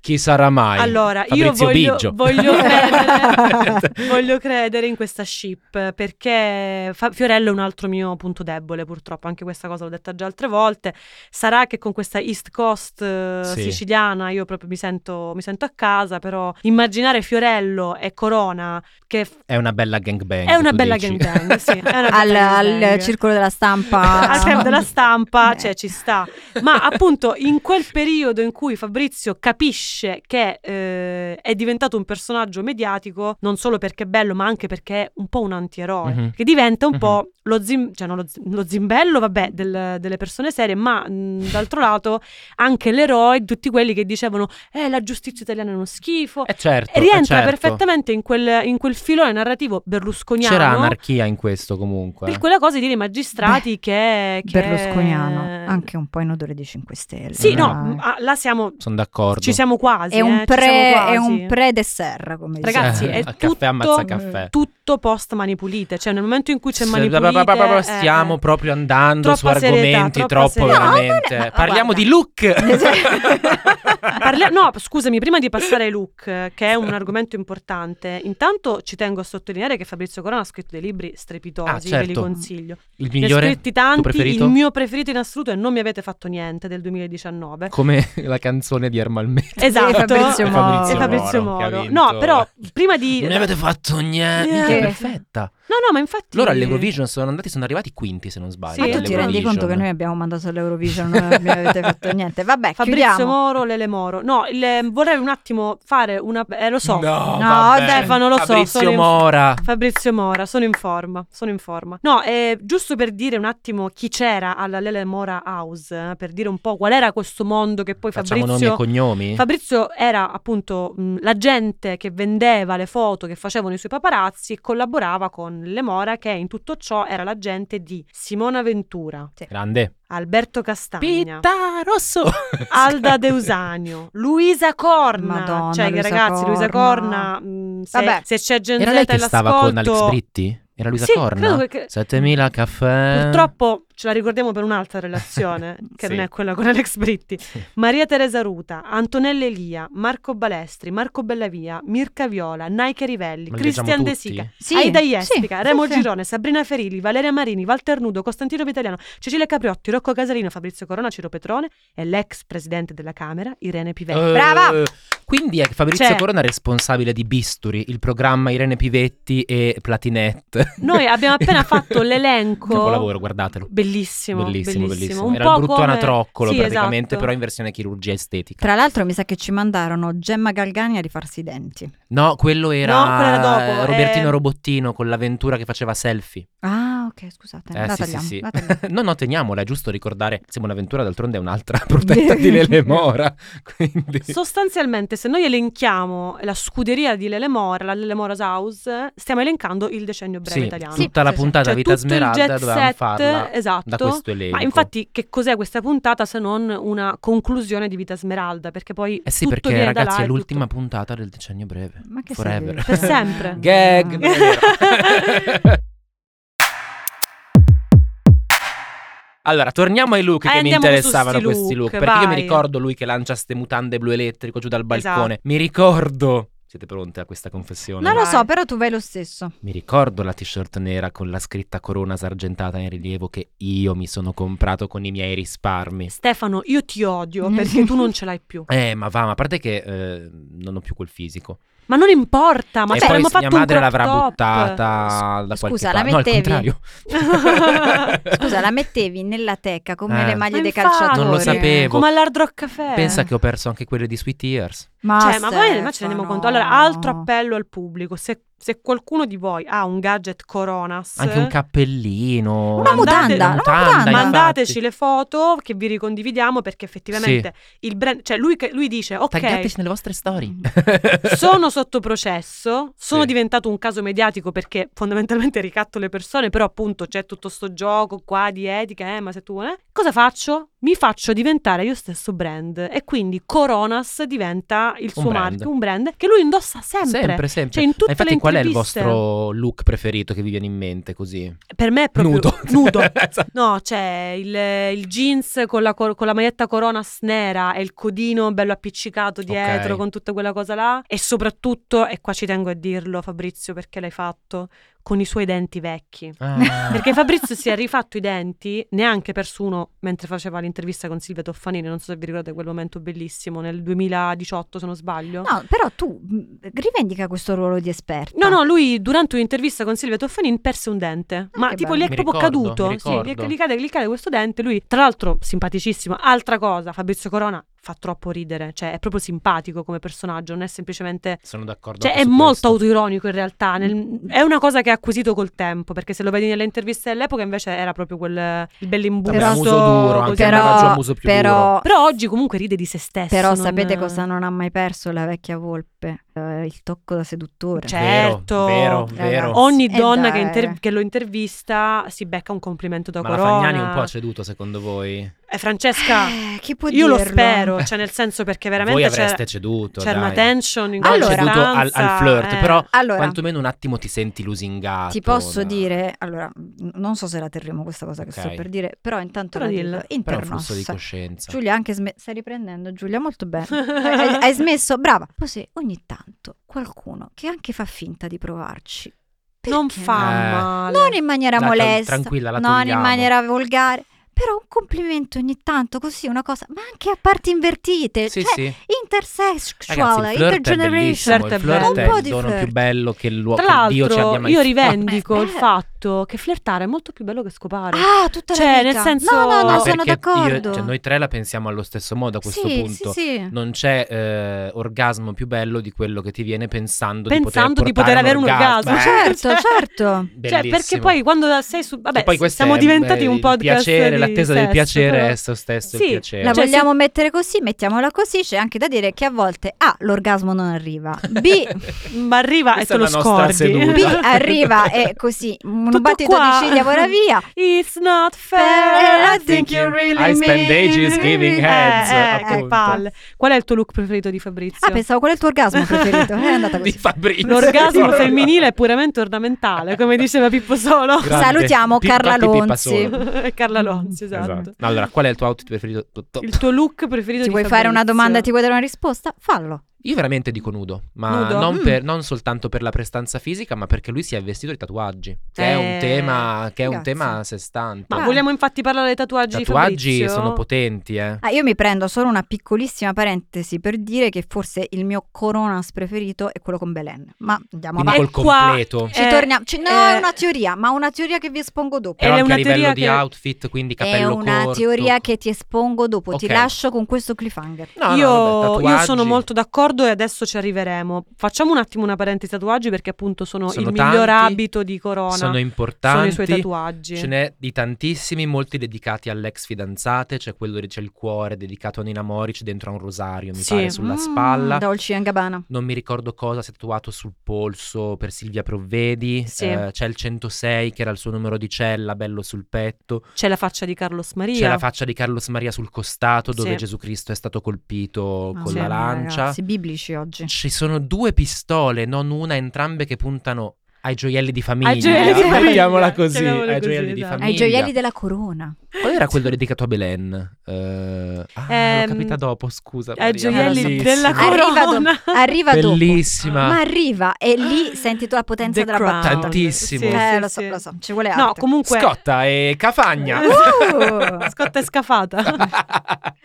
Speaker 3: Chi sarà mai?
Speaker 2: Mm. Allora, io
Speaker 3: Fabrizio
Speaker 2: voglio,
Speaker 3: Biggio.
Speaker 2: voglio credere, voglio credere in questa ship perché Fa- Fiorello è un altro mio punto debole, purtroppo. Anche questa cosa l'ho detta già altre volte. Sarà che con questa East Coast eh,
Speaker 3: Sì.
Speaker 2: siciliana io proprio mi sento, mi sento a casa, però immaginare Fiorello e Corona, che f-
Speaker 3: È una bella gangbang.
Speaker 2: è una
Speaker 3: tu
Speaker 2: bella
Speaker 3: dici.
Speaker 2: gangbang, sì, è una
Speaker 4: al,
Speaker 2: bella
Speaker 4: al
Speaker 2: gangbang.
Speaker 4: circolo della stampa.
Speaker 2: al club della stampa,
Speaker 4: Eh.
Speaker 2: cioè ci sta. Ma appunto in quel periodo in cui Fabrizio capisce che eh, è diventato un personaggio mediatico, non solo perché è bello, ma anche perché è un po' un antieroe,
Speaker 3: Mhm.
Speaker 2: che diventa un
Speaker 3: Mhm.
Speaker 2: po' lo, zim- cioè, non lo, zi- lo zimbello, vabbè, del- delle persone serie, ma mh, d'altro lato anche l'eroe di tutti quelli che dicevano eh la giustizia italiana è uno schifo.
Speaker 3: Eh certo, eh
Speaker 2: Rientra
Speaker 3: certo.
Speaker 2: perfettamente in quel, in quel filone narrativo berlusconiano.
Speaker 3: C'era anarchia in questo comunque.
Speaker 2: Per quella cosa di dire i magistrati che, che...
Speaker 4: Berlusconiano, anche un po' in odore di 5 Stelle.
Speaker 2: Sì, no,
Speaker 4: dai.
Speaker 2: m- ah, là siamo...
Speaker 3: Sono d'accordo.
Speaker 2: Ci siamo quasi,
Speaker 4: È un,
Speaker 2: eh, ci siamo
Speaker 4: pre,
Speaker 2: quasi.
Speaker 4: è un pre-dessert, come dice.
Speaker 2: Ragazzi, eh, è
Speaker 3: a Eh, caffè ammazza
Speaker 2: tutto,
Speaker 3: caffè.
Speaker 2: tutto post manipulite, cioè nel momento in cui c'è
Speaker 3: S-
Speaker 2: manipulite...
Speaker 3: pa- pa- pa- pa-
Speaker 2: eh,
Speaker 3: Stiamo
Speaker 2: eh.
Speaker 3: proprio andando su
Speaker 2: Troppa serietà,
Speaker 3: argomenti
Speaker 2: troppa
Speaker 3: troppo
Speaker 2: serietà. No, Esatto.
Speaker 3: veramente.
Speaker 4: guarda-
Speaker 3: Parliamo
Speaker 4: guarda.
Speaker 3: di look.
Speaker 2: Parla- no, scusami, prima di passare ai look, eh, che è un argomento importante, intanto ci tengo a sottolineare che Fabrizio Corona ha scritto dei libri strepitosi,
Speaker 3: Ah,
Speaker 2: ve li
Speaker 3: certo.
Speaker 2: consiglio.
Speaker 3: Il
Speaker 2: Ne ha
Speaker 3: migliore
Speaker 2: scritti tanti,
Speaker 3: preferito?
Speaker 2: il mio preferito in assoluto è Non mi avete fatto niente del 2019.
Speaker 3: come la canzone di Ermal Meta.
Speaker 2: Esatto,
Speaker 4: E Fabrizio
Speaker 3: E
Speaker 4: Moro.
Speaker 2: E Fabrizio
Speaker 3: Moro, che ha
Speaker 2: Moro.
Speaker 3: vinto-
Speaker 2: No, però prima di...
Speaker 3: Non ne avete fatto niente.
Speaker 2: Eh.
Speaker 3: Minchia, è perfetta.
Speaker 2: No, no, ma infatti...
Speaker 3: Loro all'Eurovision sono andati, sono arrivati quinti se non sbaglio.
Speaker 2: Sì. eh,
Speaker 4: Ma tu ti rendi
Speaker 3: all'Eurovision.
Speaker 4: conto che noi abbiamo mandato all'Eurovision, non mi avete fatto niente. Vabbè,
Speaker 2: Fabrizio
Speaker 4: chiudiamo.
Speaker 2: Moro, Lele Moro. No, il- ehm, vorrei un attimo fare una... eh, lo so.
Speaker 3: No,
Speaker 4: vabbè.
Speaker 2: Stefano, lo so,
Speaker 3: Fabrizio
Speaker 2: sono in-
Speaker 3: Mora.
Speaker 2: Fabrizio Mora, sono in forma, sono in forma. No, eh, giusto per dire un attimo chi c'era alla Lele Mora House, eh, per dire un po' qual era questo mondo che poi
Speaker 3: Facciamo nomi e
Speaker 2: Fabrizio...
Speaker 3: cognomi?
Speaker 2: Fabrizio era appunto mh, la gente che vendeva le foto che facevano i suoi paparazzi e collaborava con Le Mora che in tutto ciò era la gente di Simona Ventura,
Speaker 3: Grande.
Speaker 2: Alberto Castagna,
Speaker 3: Pitta Rosso.
Speaker 2: Alda Deusanio, Luisa Corna,
Speaker 4: Madonna,
Speaker 2: cioè che
Speaker 4: Luisa
Speaker 2: ragazzi, Luisa Corna,
Speaker 4: Corna.
Speaker 2: mh, se,
Speaker 4: Vabbè.
Speaker 2: se c'è gente
Speaker 3: Era lei che stava con Alex Britti? Era Luisa
Speaker 2: sì,
Speaker 3: Corna?
Speaker 2: credo che-
Speaker 3: 7000 caffè.
Speaker 2: Purtroppo ce la ricordiamo per un'altra relazione, che
Speaker 3: Sì.
Speaker 2: non è quella con Alex Britti. Maria Teresa Ruta, Antonella Elia, Marco Balestri, Marco Bellavia, Mirka Viola, Nike Rivelli,
Speaker 3: Ma li
Speaker 2: Cristian
Speaker 3: leggiamo
Speaker 2: De
Speaker 3: tutti?
Speaker 2: Sica,
Speaker 4: Sì,
Speaker 2: Aida
Speaker 4: sì,
Speaker 2: Iestica,
Speaker 4: sì,
Speaker 2: Remo
Speaker 4: sì.
Speaker 2: Girone, Sabrina Ferilli, Valeria Marini, Walter Nudo, Costantino Vitaliano, Cecilia Capriotti, Rocco Casalino, Fabrizio Corona, Ciro Petrone e l'ex presidente della Camera, Irene Pivetti.
Speaker 3: Eh,
Speaker 4: Brava!
Speaker 3: Quindi è Fabrizio
Speaker 2: Cioè-
Speaker 3: Corona è responsabile di Bisturi, il programma Irene Pivetti e Platinette.
Speaker 2: Noi abbiamo appena fatto l'elenco.
Speaker 3: Capolavoro, guardatelo.
Speaker 2: Bellissimo,
Speaker 3: Bellissimo,
Speaker 2: bellissimo,
Speaker 3: bellissimo.
Speaker 2: Un
Speaker 3: Era
Speaker 2: po'
Speaker 3: il brutto
Speaker 2: come-
Speaker 3: anatroccolo
Speaker 2: Sì,
Speaker 3: praticamente,
Speaker 2: esatto.
Speaker 3: però in versione chirurgia estetica.
Speaker 4: Tra l'altro mi sa che ci mandarono Gemma Galgani a rifarsi i denti.
Speaker 3: No, quello era,
Speaker 2: No, quello era dopo,
Speaker 3: eh, Robertino
Speaker 2: eh.
Speaker 3: Robottino con l'avventura che faceva selfie.
Speaker 4: Ah, ok, scusate.
Speaker 3: Eh,
Speaker 4: la
Speaker 3: sì,
Speaker 4: tagliamo.
Speaker 3: sì, sì.
Speaker 4: la tagliamo.
Speaker 3: No, no, teniamola, è giusto ricordare. Siamo un'avventura, d'altronde è un'altra protetta di Lele Mora. Quindi...
Speaker 2: Sostanzialmente, se noi elenchiamo la scuderia di Lele Mora, la Lele Mora's House, stiamo elencando il decennio breve
Speaker 3: Sì,
Speaker 2: italiano.
Speaker 4: Sì,
Speaker 3: tutta la
Speaker 4: sì, sì.
Speaker 3: puntata
Speaker 2: Cioè,
Speaker 3: Vita
Speaker 2: tutto il
Speaker 3: Smeralda
Speaker 2: jet
Speaker 3: dovevamo
Speaker 2: set,
Speaker 3: farla
Speaker 2: esatto.
Speaker 3: da questo elenco.
Speaker 2: Ma infatti, che cos'è questa puntata se non una conclusione di Vita Smeralda? Perché poi.
Speaker 3: Eh sì,
Speaker 2: tutto
Speaker 3: perché
Speaker 2: viene da
Speaker 3: ragazzi
Speaker 2: là
Speaker 3: è
Speaker 2: e tutto-
Speaker 3: l'ultima puntata del decennio breve.
Speaker 4: Ma che
Speaker 3: Forever.
Speaker 4: sei-
Speaker 2: Per sempre.
Speaker 3: Gag. non è vero. Allora, torniamo ai look
Speaker 2: Eh,
Speaker 3: che mi
Speaker 2: andiamo su
Speaker 3: interessavano
Speaker 2: sti
Speaker 3: questi look.
Speaker 2: look,
Speaker 3: Perché io mi
Speaker 2: vai. Esatto.
Speaker 3: ricordo lui che lancia ste mutande blu elettrico giù dal balcone. Mi ricordo. Siete pronte a questa confessione?
Speaker 4: Non lo so, però tu vai lo stesso.
Speaker 3: Mi ricordo la t-shirt nera con la scritta Corona sargentata in rilievo che io mi sono comprato con i miei risparmi.
Speaker 2: Stefano, io ti odio perché tu non ce l'hai più.
Speaker 3: Eh, ma va, ma a parte che eh, non ho più quel fisico.
Speaker 2: Ma non importa, ma
Speaker 3: e
Speaker 2: ci
Speaker 3: poi
Speaker 2: avremmo
Speaker 3: mia
Speaker 2: fatto un
Speaker 3: madre
Speaker 2: crop
Speaker 3: l'avrà
Speaker 2: top.
Speaker 3: buttata da qualche
Speaker 4: scusa, la
Speaker 3: parte. No, al
Speaker 4: mettevi?
Speaker 3: contrario.
Speaker 4: Scusa, la mettevi nella teca come
Speaker 3: Eh.
Speaker 4: le maglie
Speaker 2: Ma
Speaker 4: dei
Speaker 2: infatti.
Speaker 4: calciatori.
Speaker 3: Non lo sapevo.
Speaker 2: Come all'Hard Rock Café.
Speaker 3: Pensa che ho perso anche quelle di Sweet Tears.
Speaker 4: Ma,
Speaker 2: Cioè, ma poi ma ce ne rendiamo
Speaker 4: Stefano.
Speaker 2: conto. Allora, altro appello al pubblico. Se, se qualcuno di voi ha un gadget Coronas,
Speaker 3: Anche un cappellino.
Speaker 2: Una mutanda,
Speaker 3: Una
Speaker 2: una
Speaker 4: mutanda, infatti.
Speaker 2: mandateci le foto che vi ricondividiamo perché effettivamente il brand, cioè lui, che- lui dice, ok, Mm.
Speaker 3: Taggateci nelle vostre storie.
Speaker 2: sono sotto processo, sono
Speaker 3: Sì.
Speaker 2: diventato un caso mediatico perché fondamentalmente ricatto le persone, però appunto c'è tutto sto gioco qua di etica, eh, ma se tu... Eh, cosa faccio? mi faccio diventare io stesso brand e quindi Coronas diventa il
Speaker 3: Un
Speaker 2: suo
Speaker 3: brand.
Speaker 2: marchio, un brand che lui indossa sempre.
Speaker 3: Sempre, sempre.
Speaker 2: Cioè, in tutte
Speaker 3: Ma infatti,
Speaker 2: le
Speaker 3: qual è il
Speaker 2: interviste.
Speaker 3: vostro look preferito che vi viene in mente così?
Speaker 2: Per me è proprio
Speaker 3: Nudo. Esatto.
Speaker 2: No, c'è il, il jeans con la, cor- con la maglietta Coronas nera e il codino bello appiccicato dietro
Speaker 3: Ok.
Speaker 2: con tutta quella cosa là e soprattutto, e qua ci tengo a dirlo Fabrizio perché l'hai fatto, con i suoi denti vecchi.
Speaker 3: Ah.
Speaker 2: Perché Fabrizio si è rifatto i denti neanche per su uno mentre faceva l'intervista con Silvia Toffanini, non so se vi ricordate quel momento bellissimo nel 2018 se non sbaglio.
Speaker 4: No, però tu mh, rivendica questo ruolo di esperto.
Speaker 2: No, no, lui durante un'intervista con Silvia Toffanin perse un dente, ma
Speaker 4: Ah, che
Speaker 2: tipo
Speaker 4: bello.
Speaker 2: gli è
Speaker 3: Mi
Speaker 2: proprio
Speaker 3: ricordo, mi
Speaker 2: caduto, sì, gli,
Speaker 3: ricordo.
Speaker 2: è- gli cade, gli cade questo dente, lui tra l'altro simpaticissimo, altra cosa, Fabrizio Corona fa troppo ridere, cioè è proprio simpatico come personaggio, non è semplicemente...
Speaker 3: Sono d'accordo.
Speaker 2: Cioè
Speaker 3: anche
Speaker 2: è
Speaker 3: su
Speaker 2: molto
Speaker 3: questo.
Speaker 2: autoironico in realtà, nel-
Speaker 4: Mm.
Speaker 2: è una cosa che ha acquisito col tempo, perché se lo vedi nelle interviste dell'epoca invece era proprio quel il bellimbusto,
Speaker 3: Vabbè, a muso duro, anche
Speaker 2: così.
Speaker 3: a
Speaker 2: però,
Speaker 3: andava giù a muso più
Speaker 4: però,
Speaker 2: oggi comunque ride di se stesso.
Speaker 4: però
Speaker 2: non-
Speaker 4: sapete cosa non ha mai perso la vecchia volpe? Eh, il tocco da seduttore.
Speaker 2: Cioè, Certo.
Speaker 3: Vero, vero,
Speaker 4: Ragazzi.
Speaker 3: vero.
Speaker 2: Ogni
Speaker 4: Eh,
Speaker 2: donna
Speaker 4: dai.
Speaker 2: che, inter- che lo intervista si becca un complimento da
Speaker 3: Ma la
Speaker 2: Corona.
Speaker 3: Fagnani un po' cioè ha ceduto secondo voi?
Speaker 2: Eh, Francesca,
Speaker 4: Eh, chi può
Speaker 2: io lo
Speaker 4: dirlo?
Speaker 2: spero, cioè nel senso perché veramente
Speaker 3: voi
Speaker 2: c'era,
Speaker 3: avreste ceduto.
Speaker 2: c'era una
Speaker 3: dai.
Speaker 2: tension in
Speaker 3: Non
Speaker 4: Allora-
Speaker 3: ceduto al,
Speaker 2: costanza,
Speaker 3: al flirt,
Speaker 2: eh.
Speaker 3: però
Speaker 4: Allora,
Speaker 3: quantomeno un attimo ti senti lusingato.
Speaker 4: ti posso
Speaker 3: da-
Speaker 4: dire, allora, n- non so se la terremo questa cosa che
Speaker 3: Ok.
Speaker 4: sto per dire, però intanto
Speaker 2: Però
Speaker 4: la
Speaker 2: dilla.
Speaker 4: dico,
Speaker 3: Però è un flusso di
Speaker 4: internos.
Speaker 3: coscienza.
Speaker 4: Giulia anche sme- stai riprendendo Giulia molto bene. hai, hai- hai smesso, brava. Così ogni tanto qualcuno che anche fa finta di provarci. perché
Speaker 2: non
Speaker 4: no?
Speaker 2: fa
Speaker 3: Eh.
Speaker 2: male.
Speaker 4: Non in maniera
Speaker 3: Dai, tran-
Speaker 4: molesta,
Speaker 3: tranquilla, la
Speaker 4: non in
Speaker 3: togliamo.
Speaker 4: maniera volgare, però un complimento ogni tanto, così una cosa, ma anche a parti invertite,
Speaker 3: Sì,
Speaker 4: cioè
Speaker 3: sì.
Speaker 4: intersexual,
Speaker 3: Ragazzi, il flirt è
Speaker 4: intergeneration.
Speaker 3: bellissimo.
Speaker 2: Certo, è
Speaker 3: Il flirt
Speaker 4: bello. Un
Speaker 3: è
Speaker 4: po'
Speaker 3: il
Speaker 4: di
Speaker 3: dono
Speaker 4: flirt.
Speaker 3: più bello Boh, che, l'uo-
Speaker 2: Tra
Speaker 3: che Dio ci abbia
Speaker 2: l'altro,
Speaker 3: mai
Speaker 2: io
Speaker 3: fatto.
Speaker 2: rivendico il
Speaker 4: Eh.
Speaker 2: fatto che flirtare è molto più bello che scopare.
Speaker 4: Ah, tutta
Speaker 2: Cioè,
Speaker 4: la vita.
Speaker 2: nel senso-
Speaker 4: No, no, no,
Speaker 2: Ma
Speaker 4: sono
Speaker 3: Perché io-
Speaker 4: d'accordo.
Speaker 3: cioè, noi tre la pensiamo allo stesso modo a questo
Speaker 4: sì,
Speaker 3: punto.
Speaker 4: Sì, sì.
Speaker 3: Non c'è eh, orgasmo più bello di quello che ti viene pensando,
Speaker 2: Pensando
Speaker 3: di
Speaker 2: di
Speaker 3: poter,
Speaker 2: poter
Speaker 3: portare
Speaker 2: avere un orgasmo.
Speaker 3: Eh,
Speaker 4: Certo,
Speaker 2: Cioè-
Speaker 4: certo.
Speaker 2: Cioè,
Speaker 3: bellissimo.
Speaker 2: perché poi quando sei su... Vabbè,
Speaker 3: E poi questo
Speaker 2: siamo
Speaker 3: è,
Speaker 2: diventati
Speaker 3: eh,
Speaker 2: un
Speaker 3: il
Speaker 2: podcast
Speaker 3: piacere,
Speaker 2: di
Speaker 3: l'attesa del
Speaker 2: sesso,
Speaker 3: piacere
Speaker 2: però-
Speaker 3: è esso stesso
Speaker 2: Sì,
Speaker 3: il piacere.
Speaker 2: la
Speaker 4: La
Speaker 2: Cioè,
Speaker 4: vogliamo mettere così, mettiamola così, c'è anche da dire che a volte A l'orgasmo non arriva, B,
Speaker 2: Ma arriva e
Speaker 3: Questa
Speaker 2: te lo
Speaker 3: è la nostra
Speaker 2: scordi.
Speaker 3: seduta.
Speaker 4: B arriva e così un
Speaker 2: Tutto
Speaker 4: battito
Speaker 2: qua.
Speaker 4: di ciglia vola via.
Speaker 2: It's not fair, I think you really
Speaker 3: I spend
Speaker 2: mean-
Speaker 3: ages giving
Speaker 2: Eh,
Speaker 3: heads,
Speaker 2: eh,
Speaker 3: appunto.
Speaker 2: che palle. Qual è il tuo look preferito di Fabrizio?
Speaker 4: Ah, pensavo qual è il tuo orgasmo preferito? È andata
Speaker 3: di
Speaker 4: così.
Speaker 3: Fabrizio.
Speaker 2: L'orgasmo femminile è puramente ornamentale, come diceva Pippo Solo
Speaker 3: Grande.
Speaker 4: Salutiamo
Speaker 3: Pippa
Speaker 4: Carla
Speaker 3: Pippa
Speaker 4: Lonzi.
Speaker 3: Solo.
Speaker 2: e Carla
Speaker 4: Mm.
Speaker 2: Lonzi, esatto.
Speaker 3: Esatto. No, Allora, qual è il tuo outfit preferito? Tutto-
Speaker 2: Il tuo look preferito
Speaker 4: Ti
Speaker 2: di
Speaker 4: vuoi fare una
Speaker 2: Fabrizio?
Speaker 4: domanda e ti vuoi dare una risposta? Fallo.
Speaker 3: Io veramente dico nudo, ma
Speaker 2: Nudo?
Speaker 3: Non,
Speaker 4: Mm.
Speaker 3: per- non soltanto per la prestanza fisica, ma perché lui si è vestito di tatuaggi, che è
Speaker 2: Eh,
Speaker 3: un tema, che è un
Speaker 4: grazie.
Speaker 3: tema a sé stante.
Speaker 2: Ma
Speaker 4: Ah.
Speaker 2: vogliamo infatti parlare dei
Speaker 3: I
Speaker 2: tatuaggi di
Speaker 3: tatuaggi
Speaker 2: Fabrizio?
Speaker 3: sono potenti, eh.
Speaker 4: Ah, io mi prendo solo una piccolissima parentesi per dire che forse il mio coronas preferito è quello con Belen. Ma andiamo
Speaker 3: Quindi
Speaker 4: avanti.
Speaker 3: col
Speaker 2: E qua-
Speaker 3: completo.
Speaker 4: Ci
Speaker 2: Eh,
Speaker 4: torniamo. Ci- no,
Speaker 2: eh.
Speaker 4: è una teoria, ma una teoria che vi espongo dopo.
Speaker 2: è
Speaker 3: Però anche
Speaker 2: una
Speaker 3: a livello
Speaker 2: teoria
Speaker 3: di
Speaker 2: che-
Speaker 3: outfit, quindi
Speaker 4: È
Speaker 3: capello
Speaker 4: una
Speaker 3: corto.
Speaker 4: teoria che ti espongo dopo. Ti
Speaker 3: Ok.
Speaker 4: lascio con questo cliffhanger.
Speaker 3: No, no,
Speaker 2: io,
Speaker 3: vabbè,
Speaker 2: io
Speaker 3: tatuaggi
Speaker 2: sono molto d'accordo e adesso ci arriveremo. Facciamo un attimo una parentesi tatuaggi perché appunto sono,
Speaker 3: Sono
Speaker 2: il
Speaker 3: tanti,
Speaker 2: miglior abito di Corona.
Speaker 3: sono
Speaker 2: sono i
Speaker 3: importanti.
Speaker 2: suoi tatuaggi.
Speaker 3: Ce n'è di tantissimi, molti dedicati all'ex fidanzate, c'è quello c'è il cuore dedicato a Nina Moric dentro a un rosario, mi
Speaker 2: Sì.
Speaker 3: pare, sulla
Speaker 4: Mm,
Speaker 3: spalla.
Speaker 4: Dolce and Gabbana.
Speaker 3: Non mi ricordo cosa si è tatuato sul polso per Silvia Provvedi.
Speaker 2: Sì.
Speaker 3: Eh, c'è il 106 che era il suo numero di cella, bello sul petto.
Speaker 2: C'è la faccia di Carlos Maria.
Speaker 3: C'è la faccia di Carlos Maria sul costato dove
Speaker 2: Sì. Ah,
Speaker 3: Gesù Cristo è stato colpito con
Speaker 2: sì, Eh,
Speaker 3: la lancia.
Speaker 4: Ah, eh, Ragazzi, biblici oggi.
Speaker 3: Ci sono due pistole, non una, entrambe che puntano ai gioielli di famiglia.
Speaker 2: Ai gioielli di famiglia,
Speaker 3: Eh, Mettiamola così,
Speaker 2: chiamiamola
Speaker 3: ai
Speaker 2: così,
Speaker 3: gioielli di
Speaker 2: esatto.
Speaker 3: famiglia.
Speaker 4: Ai gioielli della corona.
Speaker 3: Qual era quello dedicato a Belen? Eh, ah,
Speaker 2: Ehm,
Speaker 3: l'ho capita dopo, scusa.
Speaker 2: ai
Speaker 3: Maria,
Speaker 2: gioielli
Speaker 3: bellissima. Ah,
Speaker 2: della
Speaker 4: Arriva dopo.
Speaker 2: corona.
Speaker 4: Arriva dopo.
Speaker 3: Bellissima.
Speaker 4: Ma arriva e lì senti tu la potenza
Speaker 2: The
Speaker 4: della
Speaker 2: Crown.
Speaker 4: battuta.
Speaker 3: Tantissimo.
Speaker 2: Sì,
Speaker 4: eh,
Speaker 2: sì,
Speaker 4: lo so,
Speaker 2: sì.
Speaker 4: lo so, Eh, ci vuole arte.
Speaker 2: No, comunque
Speaker 3: Scotta e Cafagna. Eh,
Speaker 4: Uh!
Speaker 2: Scotta è scafata.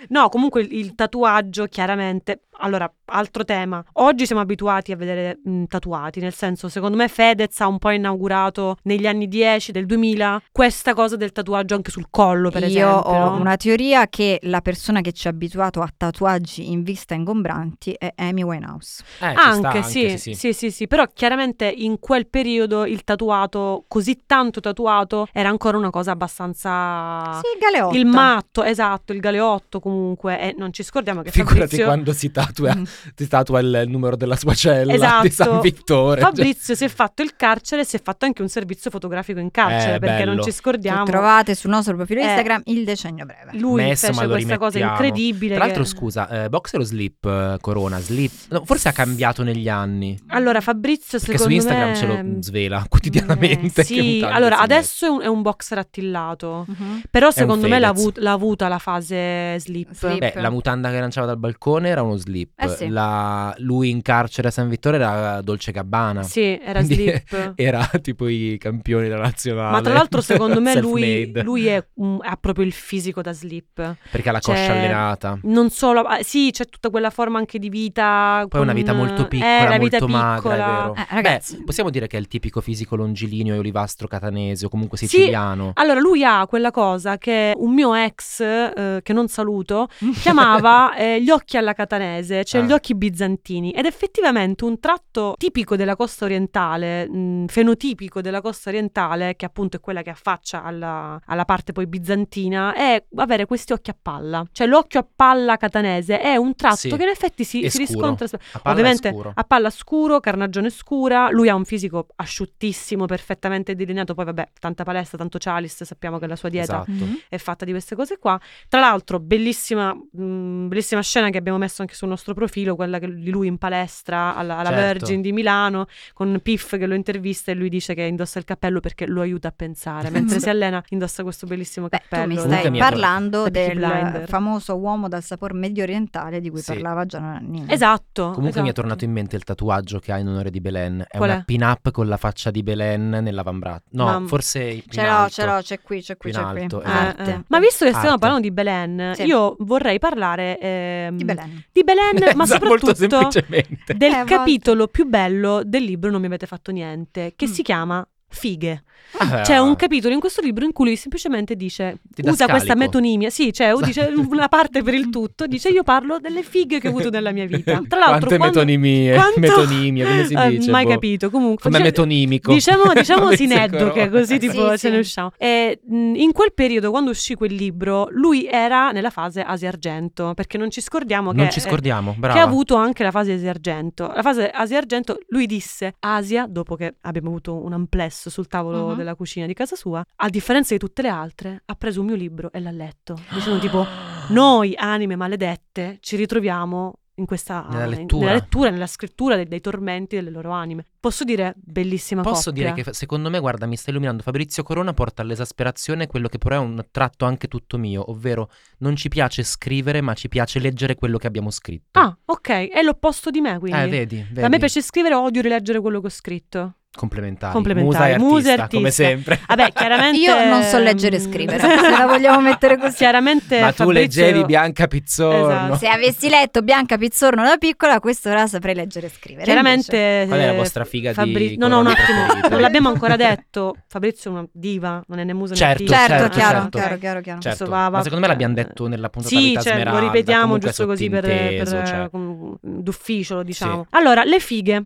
Speaker 2: No, comunque il, il tatuaggio chiaramente. Allora, altro tema. Oggi siamo abituati a vedere mh, tatuati, nel senso, secondo me Fedez ha un po' inaugurato negli anni 10 del 2000 questa cosa del tatuaggio anche sul collo, per
Speaker 4: Io
Speaker 2: esempio.
Speaker 4: ho una teoria che la persona che ci ha abituato a tatuaggi in vista ingombranti è Amy Winehouse.
Speaker 3: Eh, ci sta,
Speaker 2: anche, sì,
Speaker 3: sì, sì.
Speaker 2: sì, sì, sì, però chiaramente in quel periodo il tatuato, così tanto tatuato, era ancora una cosa abbastanza...
Speaker 4: Sì, il galeotto.
Speaker 2: Il matto, esatto, il galeotto comunque, e non ci scordiamo che
Speaker 3: Figurati
Speaker 2: Fabrizio... Mm.
Speaker 3: quando si statua, ti statua il numero della sua cella di San
Speaker 2: Esatto.
Speaker 3: Vittore.
Speaker 2: Fabrizio si è fatto il carcere e si è fatto anche un servizio fotografico in carcere
Speaker 3: Eh,
Speaker 2: perché
Speaker 3: bello.
Speaker 2: non ci
Speaker 4: Che
Speaker 2: scordiamo.
Speaker 4: trovate sul nostro profilo
Speaker 2: Eh.
Speaker 4: Instagram il decennio breve.
Speaker 2: Lui
Speaker 3: Messo, ma
Speaker 2: fece
Speaker 3: lo
Speaker 2: questa cosa
Speaker 3: rimettiamo.
Speaker 2: incredibile.
Speaker 3: Tra l'altro,
Speaker 2: che-
Speaker 3: scusa, eh, boxer o slip eh, Corona? Slip? No, forse ha cambiato negli anni.
Speaker 2: Allora, Fabrizio,
Speaker 3: Perché su
Speaker 2: secondo
Speaker 3: Instagram
Speaker 2: me- mm,
Speaker 3: ce lo svela quotidianamente.
Speaker 4: Eh,
Speaker 3: che un
Speaker 2: Sì,
Speaker 3: taglio
Speaker 2: allora
Speaker 3: si
Speaker 2: adesso è un, è un boxer attillato.
Speaker 4: Mhm.
Speaker 2: Però secondo me l'ha,
Speaker 3: Fedez.
Speaker 2: avut- l'ha avuta la fase slip.
Speaker 4: Slip.
Speaker 3: Beh, la mutanda che lanciava dal balcone era uno slip.
Speaker 4: Eh sì.
Speaker 3: La- Lui in carcere a San Vittore era Dolce Gabbana.
Speaker 2: Sì, era
Speaker 3: Quindi-
Speaker 2: slip.
Speaker 3: Era tipo i campioni della nazionale.
Speaker 2: Ma tra l'altro, secondo me, lui,
Speaker 3: Self-made.
Speaker 2: lui è, un- ha proprio il fisico da slip.
Speaker 3: Perché ha la
Speaker 2: cioè,
Speaker 3: coscia allenata.
Speaker 2: Non solo, ah, sì, c'è tutta quella forma anche di vita.
Speaker 3: Poi è una vita molto piccola,
Speaker 2: eh, la vita
Speaker 3: molto magra,
Speaker 2: piccola.
Speaker 3: è vero.
Speaker 4: Eh, ragazzi.
Speaker 3: Beh, possiamo dire che è il tipico fisico longilineo e olivastro catanese o comunque siciliano.
Speaker 2: Allora, lui ha quella cosa che un mio ex, eh, che non saluto, chiamava eh, gli occhi alla catanese, cioè
Speaker 3: Ah.
Speaker 2: gli occhi bizantini. Ed effettivamente un tratto tipico della costa orientale, mh, fenotipico della costa orientale, che appunto è quella che affaccia alla, alla parte poi bizantina, è avere questi occhi a palla. Cioè l'occhio a palla catanese è un tratto
Speaker 3: Sì.
Speaker 2: che in effetti
Speaker 3: E
Speaker 2: si, si
Speaker 3: scuro.
Speaker 2: riscontra sp-
Speaker 3: A palla è
Speaker 2: ovviamente
Speaker 3: scuro.
Speaker 2: a palla scuro, carnagione scura. Lui ha un fisico asciuttissimo, perfettamente delineato. Poi, vabbè, tanta palestra, tanto Chalice. Sappiamo che la sua dieta
Speaker 3: Esatto.
Speaker 4: Mhm.
Speaker 2: è fatta di queste cose qua. Tra l'altro, bellissima, mh, bellissima scena che abbiamo messo anche sul nostro profilo, quella che- di lui in palestra alla, alla
Speaker 3: Certo.
Speaker 2: Virgin di Milano, con Piff che lo intervista e lui dice che indossa il cappello perché lo aiuta a pensare. Mentre si allena, indossa questo bellissimo
Speaker 4: Beh, tu mi
Speaker 2: cappello.
Speaker 4: stai
Speaker 3: Comunque mi ha-
Speaker 4: parlando
Speaker 2: da Peaky
Speaker 4: del
Speaker 2: Blinder.
Speaker 4: famoso uomo dal sapore medio orientale di cui
Speaker 3: Sì.
Speaker 4: parlava Gian Nannini.
Speaker 2: Esatto.
Speaker 3: Comunque mi è
Speaker 2: esatto.
Speaker 3: tornato in mente il tatuaggio che ha in onore di Belen. È
Speaker 2: Qual
Speaker 3: una
Speaker 2: è?
Speaker 3: pin-up con la faccia di Belen nell'avambraccio. No,
Speaker 2: Mam-
Speaker 3: forse più
Speaker 4: Ce
Speaker 3: in
Speaker 4: l'ho,
Speaker 3: alto.
Speaker 4: ce l'ho, c'è qui, c'è qui,
Speaker 3: Più in
Speaker 4: c'è qui.
Speaker 3: alto,
Speaker 2: Eh,
Speaker 3: esatto.
Speaker 2: eh. Ma visto che stiamo
Speaker 3: Arte.
Speaker 2: parlando di Belen,
Speaker 4: Sì.
Speaker 2: io vorrei parlare ehm,
Speaker 4: Di Belen.
Speaker 2: di Belen, ma
Speaker 3: Esatto, Molto
Speaker 2: soprattutto
Speaker 3: semplicemente.
Speaker 4: Eh, a
Speaker 2: del
Speaker 4: volte.
Speaker 2: capitolo più bello del libro Non mi avete fatto niente, che
Speaker 4: Mm.
Speaker 2: si chiama Fighe.
Speaker 3: Ah,
Speaker 2: C'è Cioè, un capitolo in questo libro in cui lui semplicemente dice usa
Speaker 3: Didascalico.
Speaker 2: questa metonimia, sì, cioè
Speaker 3: Esatto.
Speaker 2: dice una parte per il tutto, dice io parlo delle fighe che ho avuto nella mia vita. Tra l'altro
Speaker 3: Quante
Speaker 2: quando-
Speaker 3: metonimie,
Speaker 2: quanto-
Speaker 3: metonimie, come si
Speaker 2: Eh,
Speaker 3: dice?
Speaker 2: mai
Speaker 3: boh.
Speaker 2: capito, comunque
Speaker 3: Come
Speaker 2: cioè,
Speaker 3: metonimico.
Speaker 2: Diciamo, diciamo
Speaker 3: Come
Speaker 2: sineddoche,
Speaker 3: dice
Speaker 2: così
Speaker 3: Corona.
Speaker 2: tipo
Speaker 4: Sì,
Speaker 2: ce
Speaker 4: sì.
Speaker 2: ne usciamo. E, mh, in quel periodo, quando uscì quel libro, lui era nella fase Asia Argento, perché non ci scordiamo
Speaker 3: Non
Speaker 2: che,
Speaker 3: ci
Speaker 2: eh,
Speaker 3: scordiamo, brava.
Speaker 2: che ha avuto anche la fase Asia Argento. La fase Asia Argento, lui disse, Asia, dopo che abbiamo avuto un amplesso sul tavolo
Speaker 4: Mhm.
Speaker 2: della cucina di casa sua, a differenza di tutte le altre, ha preso un mio libro e l'ha letto, dicendo tipo, noi anime maledette ci ritroviamo in questa
Speaker 3: Nella
Speaker 2: in-
Speaker 3: lettura.
Speaker 2: nella, lettura, nella scrittura dei, dei tormenti delle loro anime. Posso dire bellissima
Speaker 3: Posso
Speaker 2: coppia.
Speaker 3: dire che fa- secondo me, guarda, mi sta illuminando. Fabrizio Corona porta all'esasperazione quello che però è un tratto anche tutto mio, ovvero non ci piace scrivere, ma ci piace leggere quello che abbiamo scritto.
Speaker 2: Ah, ok, è l'opposto di me, quindi.
Speaker 3: eh, vedi, vedi.
Speaker 2: A me piace scrivere, odio rileggere quello che ho scritto.
Speaker 3: Complementari.
Speaker 2: Complementari.
Speaker 3: Musa
Speaker 2: Musa
Speaker 3: e
Speaker 2: e
Speaker 3: artista, come
Speaker 2: artista.
Speaker 3: sempre.
Speaker 2: Vabbè, chiaramente
Speaker 4: Io non so leggere e
Speaker 2: mm,
Speaker 4: scrivere, se la vogliamo mettere così.
Speaker 2: Chiaramente
Speaker 3: Ma tu
Speaker 2: Fabrizio-
Speaker 3: leggevi Bianca Pizzorno.
Speaker 2: Esatto.
Speaker 4: Se avessi letto Bianca Pizzorno da piccola, questo ora saprei leggere e scrivere.
Speaker 2: Chiaramente
Speaker 4: Invece-
Speaker 2: eh,
Speaker 3: Qual è la vostra figa di
Speaker 2: Fabri- No, no, un
Speaker 3: corona
Speaker 2: attimo,
Speaker 3: preferita?
Speaker 2: non l'abbiamo ancora detto. Fabrizio è una diva, non è né muso né
Speaker 3: Certo,
Speaker 2: artista.
Speaker 4: Certo,
Speaker 3: certo,
Speaker 4: chiaro,
Speaker 3: certo.
Speaker 4: chiaro, chiaro, chiaro.
Speaker 3: Certo,
Speaker 2: Adesso va-
Speaker 3: ma
Speaker 2: va-
Speaker 3: secondo me
Speaker 2: cioè,
Speaker 3: l'abbiamo detto nella puntata
Speaker 2: Sì,
Speaker 3: Verità
Speaker 2: cioè,
Speaker 3: Smeralda,
Speaker 2: lo ripetiamo
Speaker 3: comunque
Speaker 2: giusto così per,
Speaker 3: sottinteso,
Speaker 2: per-
Speaker 3: cioè.
Speaker 2: com- d'ufficio, lo diciamo. Allora, le fighe.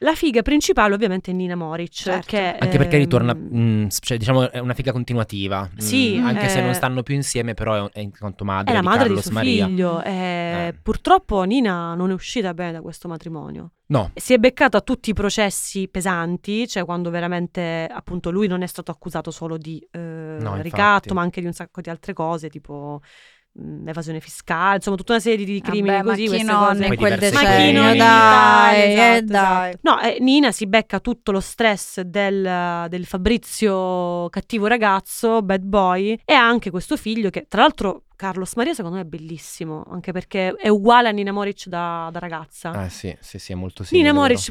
Speaker 2: La figa principale ovviamente è Nina Moric,
Speaker 4: Certo.
Speaker 2: che,
Speaker 3: Anche perché
Speaker 2: ehm,
Speaker 3: ritorna, mh, s- cioè, diciamo, è una figa continuativa. mh,
Speaker 2: Sì,
Speaker 3: anche se
Speaker 2: eh,
Speaker 3: non stanno più insieme, però è, è in quanto madre.
Speaker 2: È la
Speaker 3: di
Speaker 2: madre di
Speaker 3: Carlos
Speaker 2: suo
Speaker 3: Maria.
Speaker 2: figlio. eh,
Speaker 3: Eh.
Speaker 2: Purtroppo Nina non è uscita bene da questo matrimonio.
Speaker 3: No,
Speaker 2: Si è beccata a tutti i processi pesanti, cioè quando veramente appunto lui non è stato accusato solo di eh,
Speaker 3: infatti.
Speaker 2: ricatto, ma anche di un sacco di altre cose, tipo mh, evasione fiscale, insomma tutta una serie di, di crimini
Speaker 4: Vabbè,
Speaker 2: così.
Speaker 4: ma chi
Speaker 2: queste
Speaker 4: non
Speaker 2: cose.
Speaker 4: in
Speaker 3: Poi
Speaker 4: quel
Speaker 3: diverse
Speaker 4: decennio,
Speaker 3: querele.
Speaker 4: dai, eh,
Speaker 2: Esatto,
Speaker 4: dai.
Speaker 2: esatto. No, eh, Nina si becca tutto lo stress del, del Fabrizio cattivo ragazzo, bad boy, e ha anche questo figlio che, tra l'altro, Carlos Maria secondo me è bellissimo, anche perché è uguale a Nina Moric da, da ragazza.
Speaker 3: ah, sì, sì, sì, è molto simile.
Speaker 2: Nina
Speaker 3: vero?
Speaker 2: Moric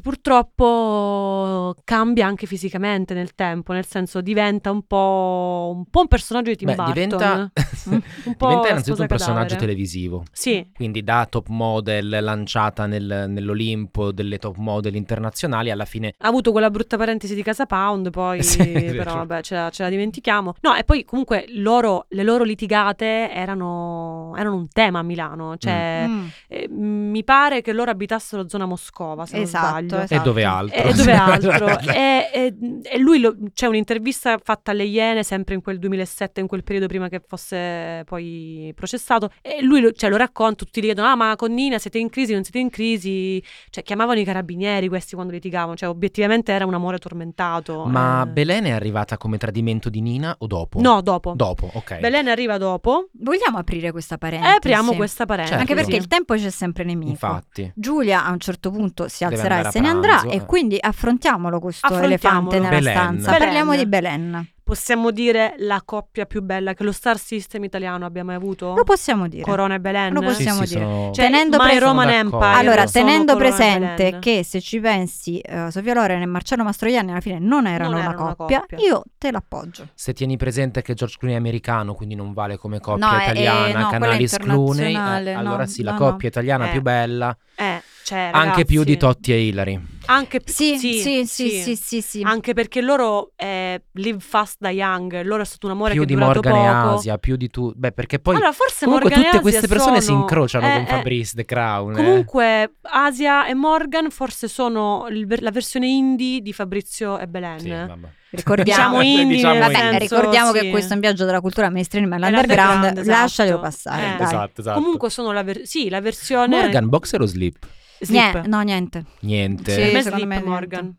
Speaker 2: purtroppo cambia anche fisicamente nel tempo, nel senso diventa un po' un, po' un personaggio di Tim
Speaker 3: Beh,
Speaker 2: Burton. Mm,
Speaker 3: diventa,
Speaker 2: Un po'
Speaker 3: diventa
Speaker 2: la
Speaker 3: innanzitutto
Speaker 2: sposa
Speaker 3: un personaggio
Speaker 2: cadavere.
Speaker 3: televisivo.
Speaker 2: Sì,
Speaker 3: Quindi da top model lanciata nel- nell'Olimpo delle top model internazionali, alla fine
Speaker 2: ha avuto quella brutta parentesi di Casa Pound, poi
Speaker 3: Sì, è vero.
Speaker 2: però vabbè, ce la, ce la dimentichiamo. No, e poi comunque loro, le loro litigate erano erano, erano un tema a Milano. Cioè,
Speaker 4: Mm.
Speaker 2: eh, mi pare che loro abitassero zona Moscova, se
Speaker 4: Esatto,
Speaker 2: non sbaglio.
Speaker 4: esatto.
Speaker 3: E dove altro? Esatto.
Speaker 2: E dove Eh, altro? Eh, e, e- e lui lo- c'è un'intervista fatta alle Iene sempre in quel 2007, in quel periodo prima che fosse poi processato. E lui lo, cioè, lo racconta, tutti gli chiedono: Ah, ma con Nina siete in crisi? Non siete in crisi? Cioè, chiamavano i carabinieri questi quando litigavano. Cioè, obiettivamente era un amore tormentato.
Speaker 3: Ma
Speaker 2: eh.
Speaker 3: Belen è arrivata come tradimento di Nina o dopo?
Speaker 2: No, dopo.
Speaker 3: Dopo, ok.
Speaker 2: Belen arriva dopo
Speaker 4: Vogliamo aprire questa
Speaker 2: e
Speaker 4: parentesi?
Speaker 2: Eh, apriamo questa parentesi.
Speaker 3: Certo.
Speaker 4: Anche perché il tempo c'è sempre nemico.
Speaker 3: Infatti.
Speaker 4: Giulia a un certo punto si
Speaker 3: Deve
Speaker 4: alzerà
Speaker 3: andare
Speaker 4: e
Speaker 3: a
Speaker 4: se ne andrà
Speaker 3: pranzo,
Speaker 4: e
Speaker 3: eh.
Speaker 4: quindi affrontiamolo questo
Speaker 2: Affrontiamolo.
Speaker 4: elefante nella
Speaker 3: Belen.
Speaker 4: stanza.
Speaker 2: Belen.
Speaker 4: Parliamo di Belen.
Speaker 2: possiamo dire la coppia più bella che lo star system italiano abbia mai avuto?
Speaker 4: Lo possiamo dire.
Speaker 2: Corona e Belen.
Speaker 4: Lo possiamo-
Speaker 3: sì, sì,
Speaker 4: dire.
Speaker 3: sono-
Speaker 2: Cioè,
Speaker 4: Tenendo
Speaker 2: My
Speaker 4: pre-
Speaker 2: Roman
Speaker 3: sono d'accordo.
Speaker 2: Empire.
Speaker 4: Allora,
Speaker 2: sono
Speaker 4: tenendo
Speaker 2: Corona e
Speaker 4: presente
Speaker 2: Belen.
Speaker 4: che se ci pensi eh, Sofia Loren e Marcello Mastroianni alla fine non erano,
Speaker 2: Non
Speaker 4: una,
Speaker 2: erano una
Speaker 4: coppia,
Speaker 2: coppia.
Speaker 4: io te l'appoggio.
Speaker 3: Se tieni presente che George Clooney è americano, quindi non vale come coppia
Speaker 4: No, eh,
Speaker 3: italiana,
Speaker 4: eh, no, quella
Speaker 3: Canalis Clooney,
Speaker 4: internazionale,
Speaker 3: eh,
Speaker 4: no,
Speaker 3: allora sì, la
Speaker 4: no,
Speaker 3: coppia italiana
Speaker 2: Eh.
Speaker 3: più bella,
Speaker 2: Eh, cioè,
Speaker 3: anche
Speaker 2: ragazzi,
Speaker 3: più di Totti e Hillary.
Speaker 2: Anche più-
Speaker 4: Sì, sì, sì, sì, sì, sì.
Speaker 2: Anche perché loro eh, live fast da young, loro è stato un amore
Speaker 3: Più
Speaker 2: che è
Speaker 3: di
Speaker 2: durato
Speaker 3: Morgan e
Speaker 2: poco.
Speaker 3: Asia, più di tu... Beh, perché poi
Speaker 2: allora, forse
Speaker 3: comunque
Speaker 2: Morgan e
Speaker 3: tutte
Speaker 2: Asia
Speaker 3: queste persone si
Speaker 2: sono-
Speaker 3: incrociano
Speaker 2: eh,
Speaker 3: con
Speaker 2: eh.
Speaker 3: Fabrice The Crown. eh.
Speaker 2: Comunque, Asia e Morgan forse sono il ver- la versione indie di Fabrizio e Belen.
Speaker 3: Sì, vabbè.
Speaker 4: Ricordiamo,
Speaker 2: Diciamo indie,
Speaker 3: Diciamo
Speaker 2: nel
Speaker 3: indie.
Speaker 4: Vabbè,
Speaker 2: senso,
Speaker 4: ricordiamo che
Speaker 2: sì.
Speaker 4: questo è un viaggio della cultura mainstream ma
Speaker 2: È
Speaker 4: l'underground,
Speaker 2: l'underground,
Speaker 4: lascialo
Speaker 2: esatto.
Speaker 4: passare.
Speaker 2: Eh.
Speaker 4: dai.
Speaker 3: Esatto, esatto.
Speaker 2: Comunque eh, sono la, ver- sì, la versione
Speaker 3: Morgan, boxer o sleep?
Speaker 2: slip.
Speaker 4: Nie- no, niente.
Speaker 3: Niente.
Speaker 4: Sì.
Speaker 2: Per me
Speaker 4: secondo
Speaker 2: slip
Speaker 4: me niente.
Speaker 2: Morgan.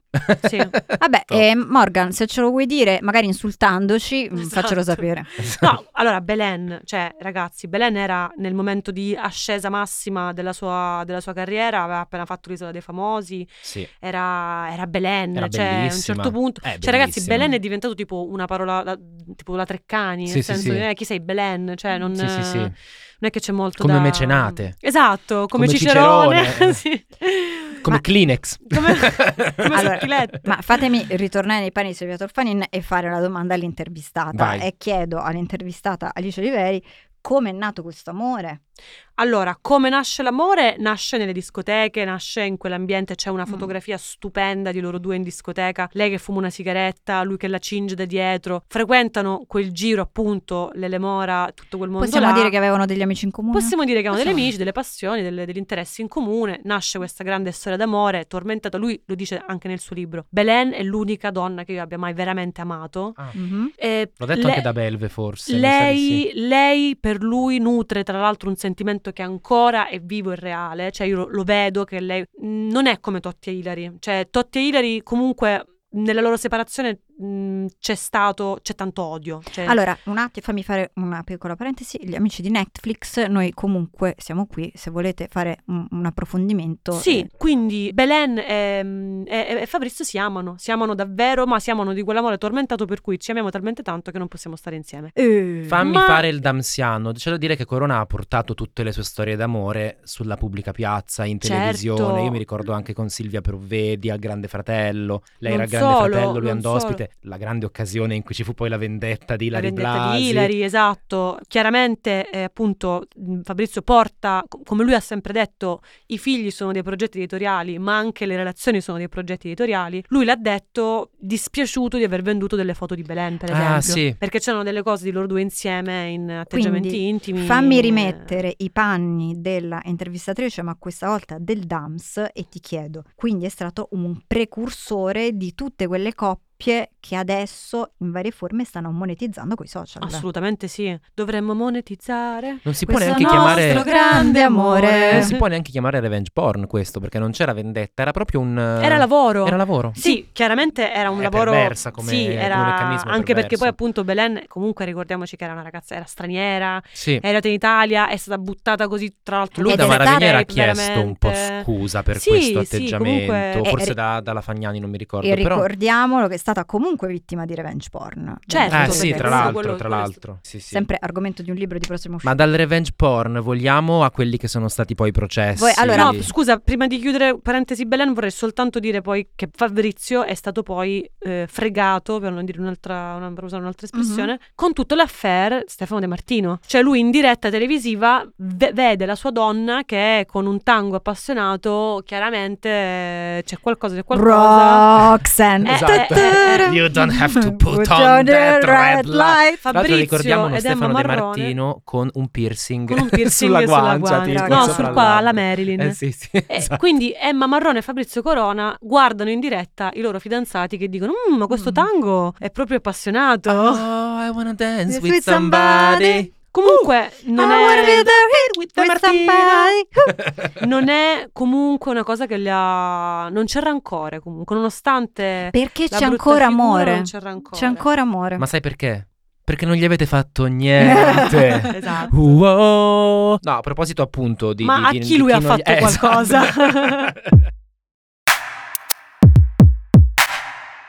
Speaker 2: Sì. ehm,
Speaker 4: Vabbè,
Speaker 3: Top.
Speaker 4: eh, Morgan, se ce lo vuoi dire, magari insultandoci, mh,
Speaker 2: Esatto.
Speaker 4: faccelo sapere.
Speaker 2: No, allora Belen, cioè ragazzi, Belen era nel momento di ascesa massima della sua, della sua carriera, aveva appena fatto l'Isola dei Famosi,
Speaker 3: Sì.
Speaker 2: era, era Belen,
Speaker 3: Era
Speaker 2: cioè a un
Speaker 3: bellissima.
Speaker 2: certo punto...
Speaker 3: Eh,
Speaker 2: Cioè ragazzi,
Speaker 3: bellissima.
Speaker 2: Belen è diventato tipo una parola, la- tipo la Treccani,
Speaker 3: Sì,
Speaker 2: nel
Speaker 3: sì,
Speaker 2: senso,
Speaker 3: sì.
Speaker 2: eh, chi sei Belen? Cioè non,
Speaker 3: Sì, sì, sì.
Speaker 2: non è che c'è molto
Speaker 3: Come
Speaker 2: da...
Speaker 3: mecenate.
Speaker 2: Esatto, come,
Speaker 3: Come
Speaker 2: Cicerone.
Speaker 3: Cicerone.
Speaker 2: sì.
Speaker 3: Come
Speaker 2: Ma-
Speaker 3: Kleenex.
Speaker 2: come- come
Speaker 4: Allora,
Speaker 2: sottilette.
Speaker 4: ma fatemi ritornare nei panni di Silvia Torfanin e fare una domanda all'intervistata.
Speaker 3: Vai.
Speaker 4: E chiedo all'intervistata Alice Oliveri come è nato questo amore.
Speaker 2: Allora, come nasce l'amore? Nasce nelle discoteche, nasce in quell'ambiente, c'è
Speaker 4: Mm.
Speaker 2: una fotografia stupenda di loro due in discoteca, lei che fuma una sigaretta, lui che la cinge da dietro, frequentano quel giro appunto, l'Elemora, tutto quel mondo
Speaker 4: Possiamo
Speaker 2: là.
Speaker 4: dire che avevano degli amici in comune?
Speaker 2: Possiamo dire che hanno degli
Speaker 4: Possiamo.
Speaker 2: amici, delle passioni, delle- degli interessi in comune, nasce questa grande storia d'amore, tormentata, lui lo dice anche nel suo libro, Belen è l'unica donna che io abbia mai veramente amato.
Speaker 4: Mhm.
Speaker 2: E
Speaker 3: L'ho detto
Speaker 2: le-
Speaker 3: anche da Belve, forse. mi sa di sì.
Speaker 2: lei, lei per lui nutre tra l'altro un sentimento che ancora è vivo e reale, cioè io lo, lo vedo che lei mm, non è come Totti e Hilary, cioè Totti e Hilary comunque nella loro separazione mh, c'è stato, c'è tanto odio. Cioè,
Speaker 4: Allora, un attimo, fammi fare una piccola parentesi. Gli amici di Netflix, noi comunque siamo qui. Se volete fare un, un approfondimento,
Speaker 2: Sì,
Speaker 4: eh,
Speaker 2: quindi Belen ehm, e, e- e Fabrizio si amano, si amano davvero, ma si amano di quell'amore tormentato per cui ci amiamo talmente tanto che non possiamo stare insieme.
Speaker 4: eh,
Speaker 3: Fammi
Speaker 2: Ma-
Speaker 3: fare il damsiano. C'è da dire che Corona ha portato tutte le sue storie d'amore sulla pubblica piazza, in
Speaker 2: Certo.
Speaker 3: televisione. Io mi ricordo anche con Silvia Provvedi al Grande Fratello. Lei
Speaker 2: Non
Speaker 3: era al Grande
Speaker 2: solo,
Speaker 3: Fratello, lui
Speaker 2: non
Speaker 3: andò
Speaker 2: solo.
Speaker 3: ospite. La grande occasione in cui ci fu poi la vendetta di
Speaker 2: la
Speaker 3: Ilari
Speaker 2: vendetta
Speaker 3: Blasi.
Speaker 2: di Ilari, esatto. Chiaramente, eh, appunto, mh, Fabrizio porta, co- come lui ha sempre detto, i figli sono dei progetti editoriali, ma anche le relazioni sono dei progetti editoriali. Lui l'ha detto dispiaciuto di aver venduto delle foto di Belen, per esempio.
Speaker 3: Ah, sì.
Speaker 2: Perché c'erano delle cose di loro due insieme in atteggiamenti
Speaker 4: Quindi,
Speaker 2: intimi.
Speaker 4: Fammi rimettere i panni della intervistatrice, ma questa volta del DAMS, e ti chiedo, quindi è stato un precursore di tutte quelle coppie che adesso in varie forme stanno monetizzando coi social.
Speaker 2: Assolutamente sì. Dovremmo monetizzare.
Speaker 3: Non si può
Speaker 4: Questo
Speaker 3: neanche
Speaker 4: nostro
Speaker 3: chiamare.
Speaker 4: grande amore.
Speaker 3: Non si può neanche chiamare revenge porn questo, perché non c'era vendetta, era proprio un.
Speaker 2: Era lavoro.
Speaker 3: Eh, Era lavoro.
Speaker 2: Sì, chiaramente era un
Speaker 3: È
Speaker 2: lavoro
Speaker 3: perversa come-
Speaker 2: sì,
Speaker 3: come
Speaker 2: era
Speaker 3: meccanismo, è
Speaker 2: anche perché
Speaker 3: perverso.
Speaker 2: poi appunto Belen comunque ricordiamoci che era una ragazza era straniera,
Speaker 3: Sì.
Speaker 2: è arrivata in Italia, è stata buttata così tra l'altro
Speaker 3: Lui
Speaker 4: Ed
Speaker 3: da
Speaker 4: è
Speaker 3: Maravigliera ha
Speaker 2: rape,
Speaker 3: chiesto un po'
Speaker 2: veramente.
Speaker 3: scusa per
Speaker 2: Sì,
Speaker 3: questo
Speaker 2: sì,
Speaker 3: atteggiamento,
Speaker 2: comunque- eh,
Speaker 3: forse
Speaker 4: E-
Speaker 3: da- dalla Fagnani non mi ricordo,
Speaker 4: E
Speaker 3: però
Speaker 4: ricordiamolo che è stata comunque vittima di revenge porn.
Speaker 2: Certo,
Speaker 3: Eh
Speaker 2: perché
Speaker 3: sì, tra
Speaker 2: quello-
Speaker 3: l'altro,
Speaker 2: quello-
Speaker 3: tra
Speaker 2: quello è
Speaker 3: l'altro. Sì, sì.
Speaker 4: Sempre argomento di un libro di prossima uscita.
Speaker 3: Ma dal revenge porn vogliamo a quelli che sono stati poi i processi.
Speaker 4: Voi- allora-
Speaker 2: No, scusa, prima di chiudere parentesi Belen vorrei soltanto dire poi che Fabrizio è stato poi eh, fregato, per non dire un'altra, una- per usare un'altra
Speaker 3: Mhm.
Speaker 2: espressione, con tutto l'affair Stefano De Martino. Cioè lui in diretta televisiva ve- vede la sua donna che con un tango appassionato chiaramente eh, c'è qualcosa, c'è qualcosa.
Speaker 4: Roxanne.
Speaker 2: Eh, Esatto. eh, eh, eh.
Speaker 4: Tuttara.
Speaker 2: You
Speaker 3: You don't have to put on that red light. Tra l'altro
Speaker 2: Fabrizio
Speaker 3: ricordiamo uno
Speaker 2: ed Emma
Speaker 3: Stefano De
Speaker 2: Marrone.
Speaker 3: Martino con un piercing,
Speaker 2: Con un piercing
Speaker 3: sulla
Speaker 2: sulla
Speaker 3: guancia,
Speaker 2: guancia.
Speaker 3: tipo,
Speaker 4: No,
Speaker 3: sopra
Speaker 4: sul
Speaker 2: qua,
Speaker 3: l'altro.
Speaker 2: alla Marilyn.
Speaker 3: Eh, sì, sì,
Speaker 2: Eh,
Speaker 3: esatto.
Speaker 2: quindi Emma Marrone e Fabrizio Corona guardano in diretta i loro fidanzati che dicono: "Mm, ma questo
Speaker 4: Mm.
Speaker 2: tango è proprio appassionato.
Speaker 3: Oh, I wanna dance
Speaker 4: With
Speaker 3: with
Speaker 4: somebody.
Speaker 3: somebody.
Speaker 2: Comunque, non,
Speaker 4: I wanna be
Speaker 2: è,
Speaker 4: the hit with the
Speaker 2: with
Speaker 4: Martino.
Speaker 2: somebody. non è comunque una cosa che le ha. Non c'è rancore, comunque, nonostante.
Speaker 4: Perché
Speaker 2: la
Speaker 4: c'è
Speaker 2: brutta
Speaker 4: ancora
Speaker 2: figura,
Speaker 4: amore.
Speaker 2: non c'è rancore.
Speaker 4: ancora amore.
Speaker 3: Ma sai perché? Perché non gli avete fatto niente.
Speaker 2: Esatto.
Speaker 3: Uh, Wow. No, a proposito appunto di...
Speaker 2: Ma
Speaker 3: di-
Speaker 2: a
Speaker 3: di-
Speaker 2: chi
Speaker 3: di
Speaker 2: lui ha
Speaker 3: non gli-
Speaker 2: fatto
Speaker 3: eh, esatto.
Speaker 2: qualcosa?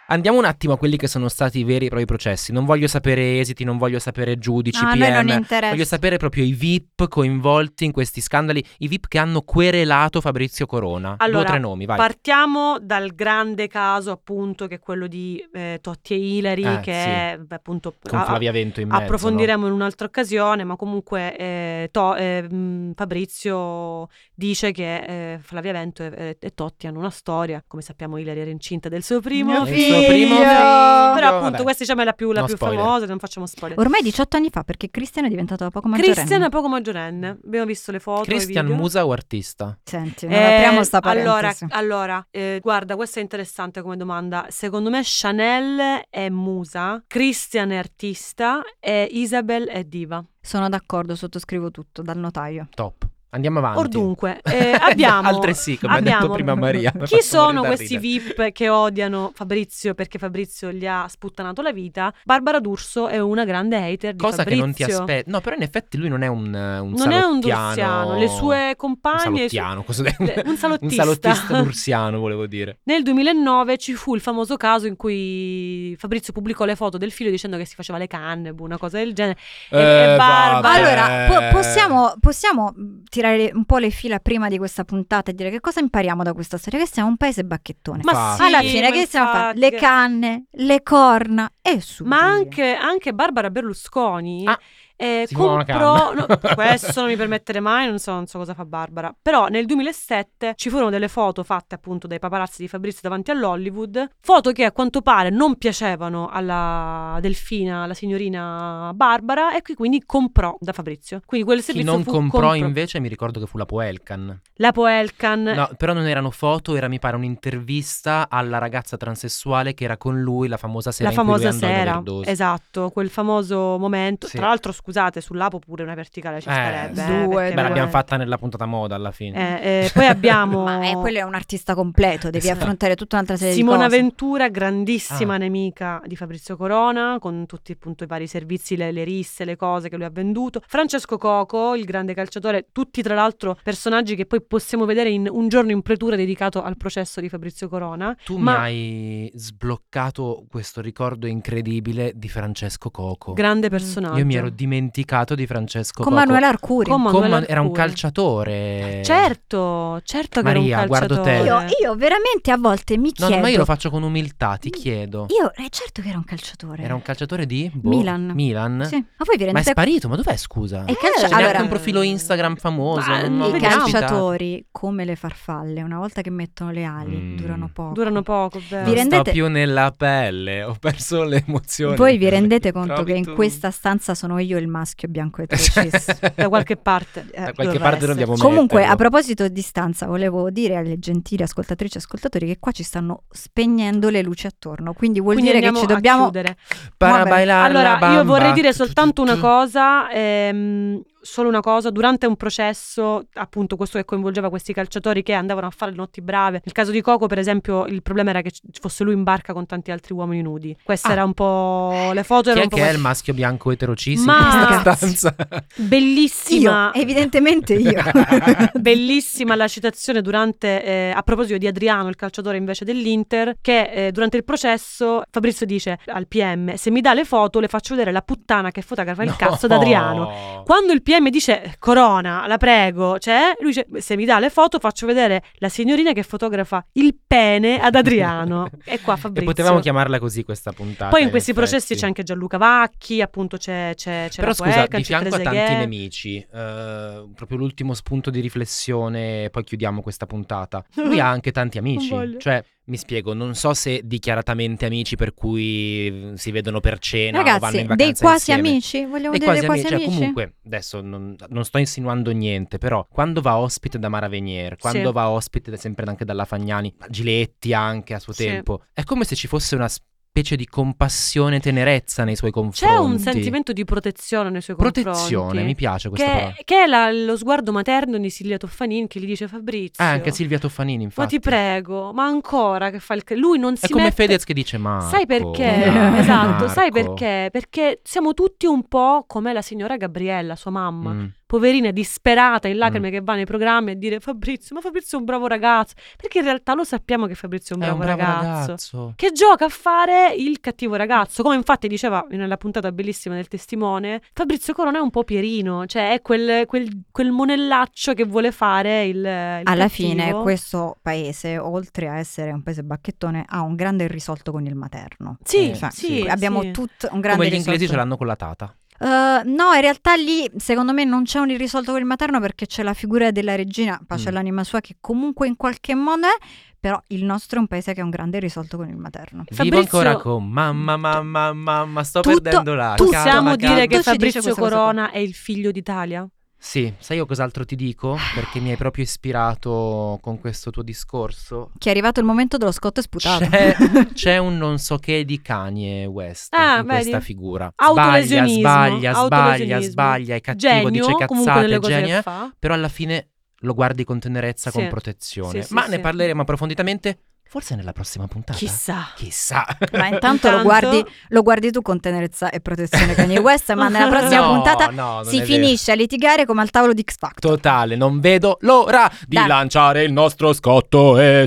Speaker 3: Andiamo un attimo a quelli che sono stati i veri e propri processi. Non voglio sapere esiti, non voglio sapere giudici,
Speaker 4: No, a noi non
Speaker 3: PM.
Speaker 4: interessa.
Speaker 3: Voglio sapere proprio i VIP coinvolti in questi scandali, i VIP che hanno querelato Fabrizio Corona. Due
Speaker 2: Allora,
Speaker 3: o tre nomi, vai.
Speaker 2: Partiamo dal grande caso, appunto, che è quello di eh, Totti e Ilari,
Speaker 3: Eh,
Speaker 2: che
Speaker 3: sì.
Speaker 2: è beh, appunto
Speaker 3: Con
Speaker 2: a-
Speaker 3: Flavia Vento in mezzo.
Speaker 2: approfondiremo in un'altra occasione, ma comunque eh, To- eh, mh, Fabrizio dice che eh, Flavia Vento e, e- e Totti hanno una storia, come sappiamo Ilari era incinta del suo primo
Speaker 4: Mio
Speaker 3: no? Il
Speaker 2: figlio,
Speaker 3: suo primo
Speaker 4: Figlio!
Speaker 3: figlio,
Speaker 2: però appunto
Speaker 3: vabbè.
Speaker 2: questa diciamo è la più, la
Speaker 3: No
Speaker 2: più
Speaker 3: spoiler.
Speaker 2: famosa, non facciamo spoiler.
Speaker 4: Ormai 18 anni fa, perché Cristian è diventato da poco maggiorenne.
Speaker 2: Cristian è poco maggiorenne, abbiamo visto le foto.
Speaker 3: Christian
Speaker 2: i video.
Speaker 3: Musa o artista?
Speaker 4: Senti, non
Speaker 2: Eh,
Speaker 4: apriamo sta
Speaker 2: allora,
Speaker 4: parentesi.
Speaker 2: allora eh, guarda, questa è interessante come domanda. Secondo me Chanel è musa, Christian è artista e Isabel è diva.
Speaker 4: Sono d'accordo, sottoscrivo tutto dal notaio.
Speaker 3: Top. Andiamo avanti.
Speaker 2: Ordunque, eh, abbiamo...
Speaker 3: Altresì, come ha detto
Speaker 2: abbiamo-
Speaker 3: prima Maria. Mi ha
Speaker 2: Chi
Speaker 3: fatto
Speaker 2: sono
Speaker 3: morire da
Speaker 2: questi
Speaker 3: ridere.
Speaker 2: VIP che odiano Fabrizio perché Fabrizio gli ha sputtanato la vita? Barbara D'Urso è una grande hater di
Speaker 3: Cosa che
Speaker 2: Fabrizio.
Speaker 3: non ti aspetti. No, però in effetti lui non è un, un
Speaker 2: Non è un
Speaker 3: salottiano.
Speaker 2: dursiano, le sue
Speaker 3: Un
Speaker 2: compagne... le sue-
Speaker 3: salottiano, cosa
Speaker 2: le- un
Speaker 3: un
Speaker 2: salottista.
Speaker 3: salottista dursiano, volevo dire.
Speaker 2: Nel 2009 ci fu il famoso caso in cui Fabrizio pubblicò le foto del figlio dicendo che si faceva le canne, boh, una cosa del genere. E- e Barbara-
Speaker 3: Eh, vabbè.
Speaker 4: Allora, po- possiamo, possiamo mm, tirare un po' le fila prima di questa puntata e dire che cosa impariamo da questa storia? Che siamo un paese bacchettone.
Speaker 2: Ma
Speaker 3: Infatti.
Speaker 2: sì,
Speaker 4: Alla fine
Speaker 2: ma
Speaker 4: che stiamo a fare?
Speaker 2: infatti
Speaker 4: Le
Speaker 2: che-
Speaker 4: canne, le corna e su.
Speaker 2: Ma anche, anche Barbara Berlusconi
Speaker 3: Ah,
Speaker 2: eh,
Speaker 3: si fumava una
Speaker 2: comprò.
Speaker 3: canna.
Speaker 2: no, questo non mi permettere mai, non so, non so cosa fa Barbara. Però nel 2007 ci furono delle foto fatte appunto dai paparazzi di Fabrizio davanti all'Hollywood. Foto che a quanto pare non piacevano alla Delfina, alla signorina Barbara, e qui quindi comprò da Fabrizio. Quindi quel
Speaker 3: Chi
Speaker 2: servizio
Speaker 3: non
Speaker 2: fu
Speaker 3: comprò
Speaker 2: compro- Eh.
Speaker 3: invece mi ricordo che fu la Poelcan.
Speaker 2: la Poelcan.
Speaker 3: No, però non erano foto, era mi pare un'intervista alla ragazza transessuale che era con lui la famosa sera
Speaker 2: La famosa
Speaker 3: in cui lui andò in
Speaker 2: sera,
Speaker 3: overdose.
Speaker 2: esatto, quel famoso momento.
Speaker 3: Sì.
Speaker 2: Tra l'altro, scusate, sull'apo pure una verticale ci
Speaker 3: Eh,
Speaker 2: starebbe.
Speaker 4: sì. Due,
Speaker 2: perché
Speaker 4: due.
Speaker 3: Beh, l'abbiamo
Speaker 2: veramente-
Speaker 3: fatta nella puntata moda alla fine.
Speaker 2: Eh, eh, poi abbiamo
Speaker 4: Ma eh, quello è un artista completo, devi
Speaker 3: Esatto.
Speaker 4: affrontare tutta un'altra serie
Speaker 2: Simona
Speaker 4: di cose.
Speaker 2: Ventura, grandissima
Speaker 3: Ah.
Speaker 2: nemica di Fabrizio Corona, con tutti appunto i vari servizi, le, le risse, le cose che lui ha venduto. Francesco Coco, il grande calciatore, tutti tra l'altro personaggi che poi possiamo vedere in un giorno in pretura dedicato al processo di Fabrizio Corona.
Speaker 3: Tu
Speaker 2: Ma-
Speaker 3: mi hai sbloccato questo ricordo incredibile di Francesco Coco.
Speaker 2: Grande personaggio.
Speaker 3: Mm. Io mi ero dimenticato di Francesco
Speaker 4: Con
Speaker 3: Coco.
Speaker 4: Manuela eh. Arcuri.
Speaker 2: Con-
Speaker 3: Con
Speaker 2: Manuel
Speaker 3: Man- era un
Speaker 2: Arcuri.
Speaker 3: calciatore.
Speaker 2: Certo, certo che era
Speaker 3: Maria,
Speaker 2: un
Speaker 3: guardo te.
Speaker 2: calciatore.
Speaker 4: Io, io veramente a volte mi
Speaker 3: No,
Speaker 4: chiedo...
Speaker 3: no, ma io lo faccio con umiltà, ti chiedo.
Speaker 4: Io, eh, certo che era un calciatore.
Speaker 3: Era un calciatore di boh,
Speaker 4: Milan.
Speaker 3: Milan?
Speaker 4: Sì. Ma voi vi
Speaker 3: Ma è
Speaker 4: rendete
Speaker 3: sparito, ma dov'è scusa?
Speaker 2: Eh,
Speaker 4: E i calciatori-
Speaker 3: C'è neanche
Speaker 4: allora-
Speaker 3: un profilo Instagram famoso.
Speaker 2: Ma
Speaker 3: non ho
Speaker 2: i
Speaker 4: I
Speaker 3: mai visitato.
Speaker 4: calciatori, come le farfalle, una volta che mettono le ali,
Speaker 3: Mm.
Speaker 4: durano poco.
Speaker 2: Durano poco, vero.
Speaker 4: Vi
Speaker 3: Non
Speaker 4: rendete-
Speaker 3: sto più nella pelle, ho perso le emozioni.
Speaker 4: Voi vi rendete conto
Speaker 3: Trovi
Speaker 4: che in
Speaker 3: tu. Cioè,
Speaker 4: questa stanza sono io il maschio bianco e trecis?
Speaker 2: da qualche parte. Eh,
Speaker 4: Da
Speaker 3: qualche parte dobbiamo
Speaker 4: Comunque,
Speaker 3: metterlo.
Speaker 4: a proposito di stanza, volevo dire alle gentili ascoltatrici e ascoltatori che qua ci stanno spegnendo le luci attorno, quindi vuol
Speaker 2: Quindi
Speaker 4: dire che
Speaker 2: andiamo
Speaker 4: ci
Speaker 2: a
Speaker 4: dobbiamo
Speaker 2: chiudere.
Speaker 3: Para
Speaker 4: Vabbè.
Speaker 3: bailar
Speaker 2: Allora,
Speaker 3: la
Speaker 2: io
Speaker 3: bamba.
Speaker 2: vorrei dire
Speaker 3: Tu, tu, tu,
Speaker 2: soltanto una
Speaker 3: tu.
Speaker 2: cosa, ehm, solo una cosa, durante un processo, appunto questo che coinvolgeva questi calciatori che andavano a fare le notti brave, nel caso di Coco per esempio il problema era che ci fosse lui in barca con tanti altri uomini nudi, queste
Speaker 3: Ah.
Speaker 2: era un po' le foto
Speaker 3: Chi
Speaker 2: erano
Speaker 3: è
Speaker 2: un po'
Speaker 3: che è il
Speaker 2: queste-
Speaker 3: maschio bianco eterocissimo
Speaker 2: Ma-
Speaker 3: in questa stanza?
Speaker 2: bellissima,
Speaker 4: Io, evidentemente io.
Speaker 2: bellissima la citazione durante, eh, a proposito di Adriano, il calciatore invece dell'Inter, che eh, durante il processo Fabrizio dice al PM, se mi dà le foto le faccio vedere la puttana che fotografa il cazzo d'Adriano.
Speaker 3: No.
Speaker 2: Quando il PM dice Corona, la prego, cioè, lui dice se mi dà le foto faccio vedere la signorina che fotografa il pene ad Adriano. e qua Fabrizio.
Speaker 3: E potevamo chiamarla così questa puntata.
Speaker 2: Poi in questi processi
Speaker 3: effetti.
Speaker 2: c'è anche Gianluca Vacchi, appunto c'è, c'è, c'è
Speaker 3: Però
Speaker 2: la
Speaker 3: scusa,
Speaker 2: Poeca,
Speaker 3: di
Speaker 2: c'è
Speaker 3: fianco a tanti
Speaker 2: Trezeguet.
Speaker 3: nemici, eh, proprio l'ultimo spunto di riflessione, poi chiudiamo questa puntata. Lui ha anche tanti amici,
Speaker 2: voglio.
Speaker 3: cioè Mi spiego, non so se dichiaratamente amici per cui si vedono per cena o vanno
Speaker 4: Ragazzi,
Speaker 3: in vacanza
Speaker 4: dei quasi
Speaker 3: insieme.
Speaker 4: amici, vogliamo
Speaker 3: Dei
Speaker 4: dire
Speaker 3: quasi
Speaker 4: dei quasi
Speaker 3: amici, cioè,
Speaker 4: amici?
Speaker 3: comunque adesso non, non sto insinuando niente, però quando va ospite da Mara Venier, quando
Speaker 2: Sì.
Speaker 3: va ospite da- sempre anche dalla Fagnani, Giletti anche a suo
Speaker 2: Sì.
Speaker 3: tempo, è come se ci fosse una specie di compassione e tenerezza nei suoi confronti.
Speaker 2: C'è un sentimento di protezione nei suoi confronti.
Speaker 3: Protezione, mi piace questa parola. Eh,
Speaker 2: Che, che è la- lo sguardo materno di Silvia Toffanin che gli dice Fabrizio.
Speaker 3: Ah, anche Silvia Toffanini, infatti.
Speaker 2: Ma ti prego, ma ancora che fa il... Lui non si
Speaker 3: È come
Speaker 2: mette...
Speaker 3: Fedez che dice Marco.
Speaker 2: Sai perché?
Speaker 3: dai,
Speaker 2: esatto,
Speaker 3: Marco."
Speaker 2: sai perché? Perché siamo tutti un po' come la signora Gabriella, sua mamma,
Speaker 3: Mm.
Speaker 2: poverina, disperata, in lacrime che va nei programmi a dire Fabrizio, ma Fabrizio è un bravo ragazzo. Perché in realtà lo sappiamo che Fabrizio è un
Speaker 3: È un
Speaker 2: bravo,
Speaker 3: bravo
Speaker 2: ragazzo.
Speaker 3: ragazzo.
Speaker 2: Che gioca a fare il cattivo ragazzo, come infatti diceva nella puntata bellissima del testimone, Fabrizio Corona è un po' Pierino, cioè è quel, quel- quel monellaccio che vuole fare il, il
Speaker 4: Alla
Speaker 2: cattivo.
Speaker 4: fine questo paese, oltre a essere un paese bacchettone, ha un grande risolto con il materno.
Speaker 2: Sì,
Speaker 3: Eh,
Speaker 4: Cioè,
Speaker 2: sì,
Speaker 4: abbiamo
Speaker 2: sì.
Speaker 4: tutto un grande
Speaker 3: Come gli inglesi
Speaker 4: irrisolto.
Speaker 3: ce l'hanno con la tata.
Speaker 4: Eh, no, in realtà lì secondo me non c'è un irrisolto con il materno perché c'è la figura della regina, pace
Speaker 3: Mm.
Speaker 4: all'anima sua, che comunque in qualche modo è, però il nostro è un paese che ha un grande risolto con il materno.
Speaker 3: Vivo
Speaker 2: Fabrizio-
Speaker 3: ancora con mamma, mamma, mamma, sto
Speaker 4: Tutto-
Speaker 3: perdendo la
Speaker 4: tutto.
Speaker 3: calma,
Speaker 2: Possiamo
Speaker 3: la
Speaker 2: dire
Speaker 3: calma.
Speaker 2: che
Speaker 4: ci dice
Speaker 2: Fabrizio
Speaker 4: questa cosa qua.
Speaker 2: Corona è il figlio d'Italia?
Speaker 3: Sì, sai io cos'altro ti dico? Perché mi hai proprio ispirato con questo tuo discorso.
Speaker 4: Che è arrivato il momento dello scotto e sputato.
Speaker 3: C'è, c'è un non so che di Kanye West
Speaker 2: Ah,
Speaker 3: in
Speaker 2: vedi?
Speaker 3: questa figura. Sbaglia,
Speaker 2: Autolesionismo,
Speaker 3: sbaglia, sbaglia,
Speaker 2: autolesionismo.
Speaker 3: sbaglia, è cattivo,
Speaker 2: Genio,
Speaker 3: dice
Speaker 2: comunque
Speaker 3: cazzate,
Speaker 2: delle cose
Speaker 3: genio,
Speaker 2: che
Speaker 3: eh,
Speaker 2: fa.
Speaker 3: però alla fine lo guardi con tenerezza,
Speaker 2: Sì.
Speaker 3: con protezione.
Speaker 2: Sì, sì,
Speaker 3: Ma ne
Speaker 2: sì.
Speaker 3: parleremo approfonditamente forse nella prossima puntata.
Speaker 2: Chissà.
Speaker 3: Chissà.
Speaker 4: Ma intanto, Lo,
Speaker 2: Intanto-
Speaker 4: guardi, lo guardi tu con tenerezza e protezione Kanye West, ma nella prossima
Speaker 3: No,
Speaker 4: puntata
Speaker 3: no, non
Speaker 4: si
Speaker 3: è vero.
Speaker 4: finisce a litigare come al tavolo di X Factor.
Speaker 3: Totale, non vedo l'ora di
Speaker 4: Dai.
Speaker 3: lanciare il nostro scotto e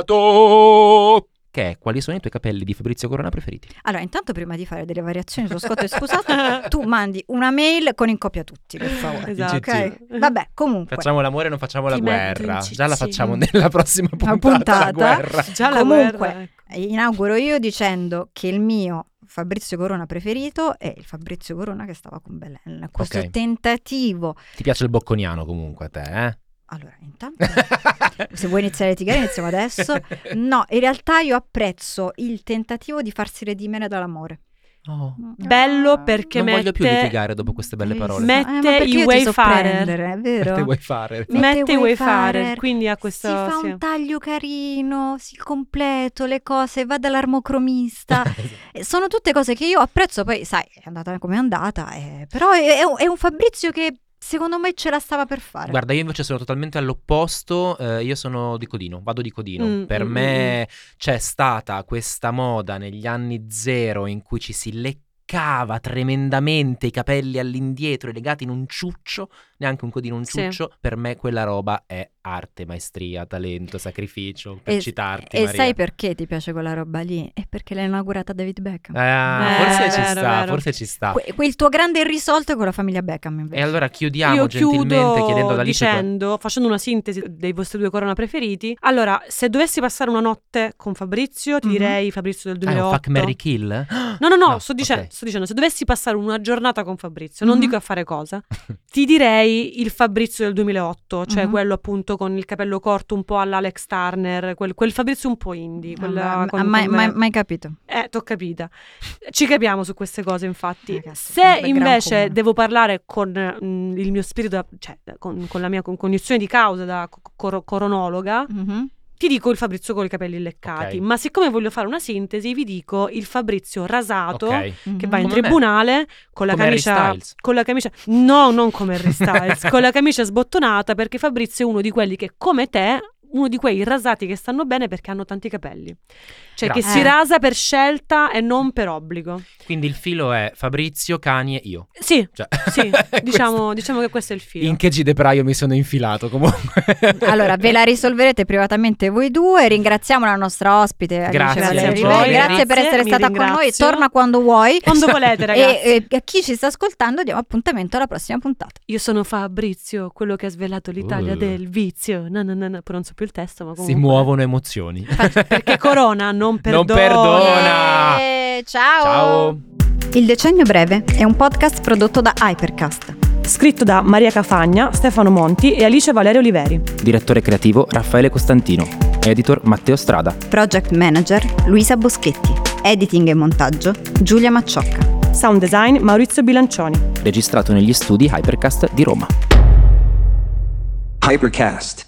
Speaker 3: sputato. Che è, quali sono i tuoi capelli di Fabrizio Corona preferiti?
Speaker 4: Allora, intanto prima di fare delle variazioni sullo scotto e sputato, tu mandi una mail con in copia tutti, per favore. Ah,
Speaker 2: Esatto.
Speaker 4: Ok? Vabbè, comunque.
Speaker 3: Facciamo l'amore, non facciamo la
Speaker 2: Ti metto
Speaker 3: guerra.
Speaker 2: in
Speaker 3: Già la
Speaker 2: cicci.
Speaker 3: facciamo nella prossima puntata. La
Speaker 4: puntata.
Speaker 3: guerra.
Speaker 2: Già la
Speaker 4: Comunque,
Speaker 2: guerra, ecco.
Speaker 4: Inauguro io dicendo che il mio Fabrizio Corona preferito è il Fabrizio Corona che stava con Belen. Questo
Speaker 3: Ok.
Speaker 4: tentativo.
Speaker 3: Ti piace il bocconiano comunque a te, eh?
Speaker 4: Allora, intanto, se vuoi iniziare a litigare, iniziamo adesso. No, in realtà io apprezzo il tentativo di farsi redimere dall'amore.
Speaker 3: No.
Speaker 4: eh,
Speaker 2: Bello perché
Speaker 3: Oh. Non
Speaker 2: mette...
Speaker 3: voglio più litigare dopo queste belle parole.
Speaker 2: Me-
Speaker 4: Eh, ma
Speaker 2: Mette
Speaker 4: perché
Speaker 2: i
Speaker 4: io ti so
Speaker 2: wayfarer.
Speaker 4: prendere, è
Speaker 3: Che te
Speaker 4: vero?
Speaker 3: vuoi fare?
Speaker 2: Mette i wayfarer,
Speaker 4: wayfarer,
Speaker 2: quindi ha
Speaker 4: Si
Speaker 2: questo...
Speaker 4: fa
Speaker 2: sì.
Speaker 4: un taglio carino, si completo le cose, va dall'armocromista.
Speaker 3: Esatto.
Speaker 4: Eh, Sono tutte cose che io apprezzo, poi sai, è andata come è andata, eh, però è, è un- è un Fabrizio che secondo me ce la stava per fare.
Speaker 3: Guarda, io invece sono totalmente all'opposto, eh, io sono di Codino, vado di Codino.
Speaker 2: Mm,
Speaker 3: per
Speaker 2: mm,
Speaker 3: me c'è stata questa moda negli anni zero in cui ci si leccava tremendamente i capelli all'indietro e legati in un ciuccio, neanche un codino, un
Speaker 2: Sì.
Speaker 3: ciuccio. Per me quella roba è arte, maestria, talento, sacrificio, per
Speaker 4: E-
Speaker 3: citarti
Speaker 4: e
Speaker 3: Maria.
Speaker 4: sai perché ti piace quella roba lì? È perché l'ha inaugurata David Beckham.
Speaker 3: Ah,
Speaker 2: Eh,
Speaker 3: forse ci
Speaker 2: vero,
Speaker 3: sta,
Speaker 2: vero.
Speaker 3: forse ci sta.
Speaker 4: Que- quel tuo grande irrisolto è con la famiglia Beckham invece.
Speaker 3: E allora chiudiamo
Speaker 2: Io
Speaker 3: gentilmente chiedendo ad
Speaker 2: chiudo
Speaker 3: Alice Ah, qua-
Speaker 2: dicendo, facendo una sintesi dei vostri due corona preferiti. Allora, se dovessi passare una notte con Fabrizio, ti
Speaker 4: Mhm.
Speaker 2: direi Fabrizio del
Speaker 3: Ah, è un
Speaker 2: 2008.
Speaker 3: fuck Mary Kill?
Speaker 2: No, no, no,
Speaker 3: No,
Speaker 2: sto, dicendo,
Speaker 3: ok.
Speaker 2: sto dicendo, se dovessi passare una giornata con Fabrizio, non
Speaker 4: Mhm.
Speaker 2: dico a fare cosa, ti direi il Fabrizio del 2008, cioè
Speaker 4: Mhm.
Speaker 2: quello appunto con il capello corto un po' all'Alex Turner, quel, quel Fabrizio un po' indie.
Speaker 4: Ah,
Speaker 2: quella
Speaker 4: ma-
Speaker 2: con-
Speaker 4: ah, mai,
Speaker 2: con-
Speaker 4: mai- mai capito.
Speaker 2: Eh, t'ho capita. Ci capiamo su queste cose, infatti.
Speaker 4: Ragazzi, un
Speaker 2: Se
Speaker 4: background comune.
Speaker 2: invece devo parlare con mm, il mio spirito, da- cioè con, con la mia con- cognizione di causa da co- cor- coronologa,
Speaker 4: Mhm.
Speaker 2: ti dico il Fabrizio con i capelli leccati.
Speaker 3: Ok.
Speaker 2: Ma siccome voglio fare una sintesi, vi dico il Fabrizio rasato
Speaker 3: Ok.
Speaker 2: che
Speaker 4: Mhm.
Speaker 2: va in
Speaker 3: Come me.
Speaker 2: tribunale con la
Speaker 3: Come Harry
Speaker 2: camicia
Speaker 3: Styles.
Speaker 2: con la camicia no non come Harry Styles con la camicia sbottonata perché Fabrizio è uno di quelli che come te uno di quei rasati che stanno bene perché hanno tanti capelli cioè che
Speaker 4: Grazie.
Speaker 2: si
Speaker 4: Eh.
Speaker 2: rasa per scelta e non per obbligo
Speaker 3: Quindi il filo è Fabrizio, Cani e io.
Speaker 2: sì
Speaker 3: Cioè,
Speaker 2: sì
Speaker 3: questo-
Speaker 2: diciamo, diciamo che questo è il film
Speaker 3: In che gidepraio mi sono infilato comunque.
Speaker 4: Allora, ve la risolverete privatamente voi due. Ringraziamo la nostra ospite. Alice
Speaker 3: Grazie a
Speaker 4: Valerio
Speaker 3: voi.
Speaker 4: Rivera. Grazie per
Speaker 2: Grazie,
Speaker 4: essere
Speaker 2: mi
Speaker 4: stata con noi.
Speaker 2: ringrazio.
Speaker 4: Torna quando vuoi.
Speaker 2: quando volete ragazzi
Speaker 4: E, e a chi ci sta ascoltando, diamo appuntamento alla prossima puntata.
Speaker 2: io sono Fabrizio quello che ha svelato l'Italia
Speaker 3: Uh.
Speaker 2: del vizio no no no no, poi non so più il testo ma
Speaker 3: Si
Speaker 2: comunque
Speaker 3: muovono emozioni.
Speaker 2: perché Corona non perdona
Speaker 3: Non perdona.
Speaker 4: Eh,
Speaker 3: Ciao.
Speaker 4: Il Decennio Breve è un podcast prodotto da Hypercast.
Speaker 2: scritto da Maria Cafagna Stefano Monti e Alice Valerio Oliveri
Speaker 1: Direttore creativo Raffaele Costantino. Editor Matteo Strada.
Speaker 4: Project Manager Luisa Boschetti. Editing e montaggio Giulia Macciocca.
Speaker 2: Sound design Maurizio Bilancioni.
Speaker 1: Registrato negli studi Hypercast di Roma.
Speaker 5: Hypercast.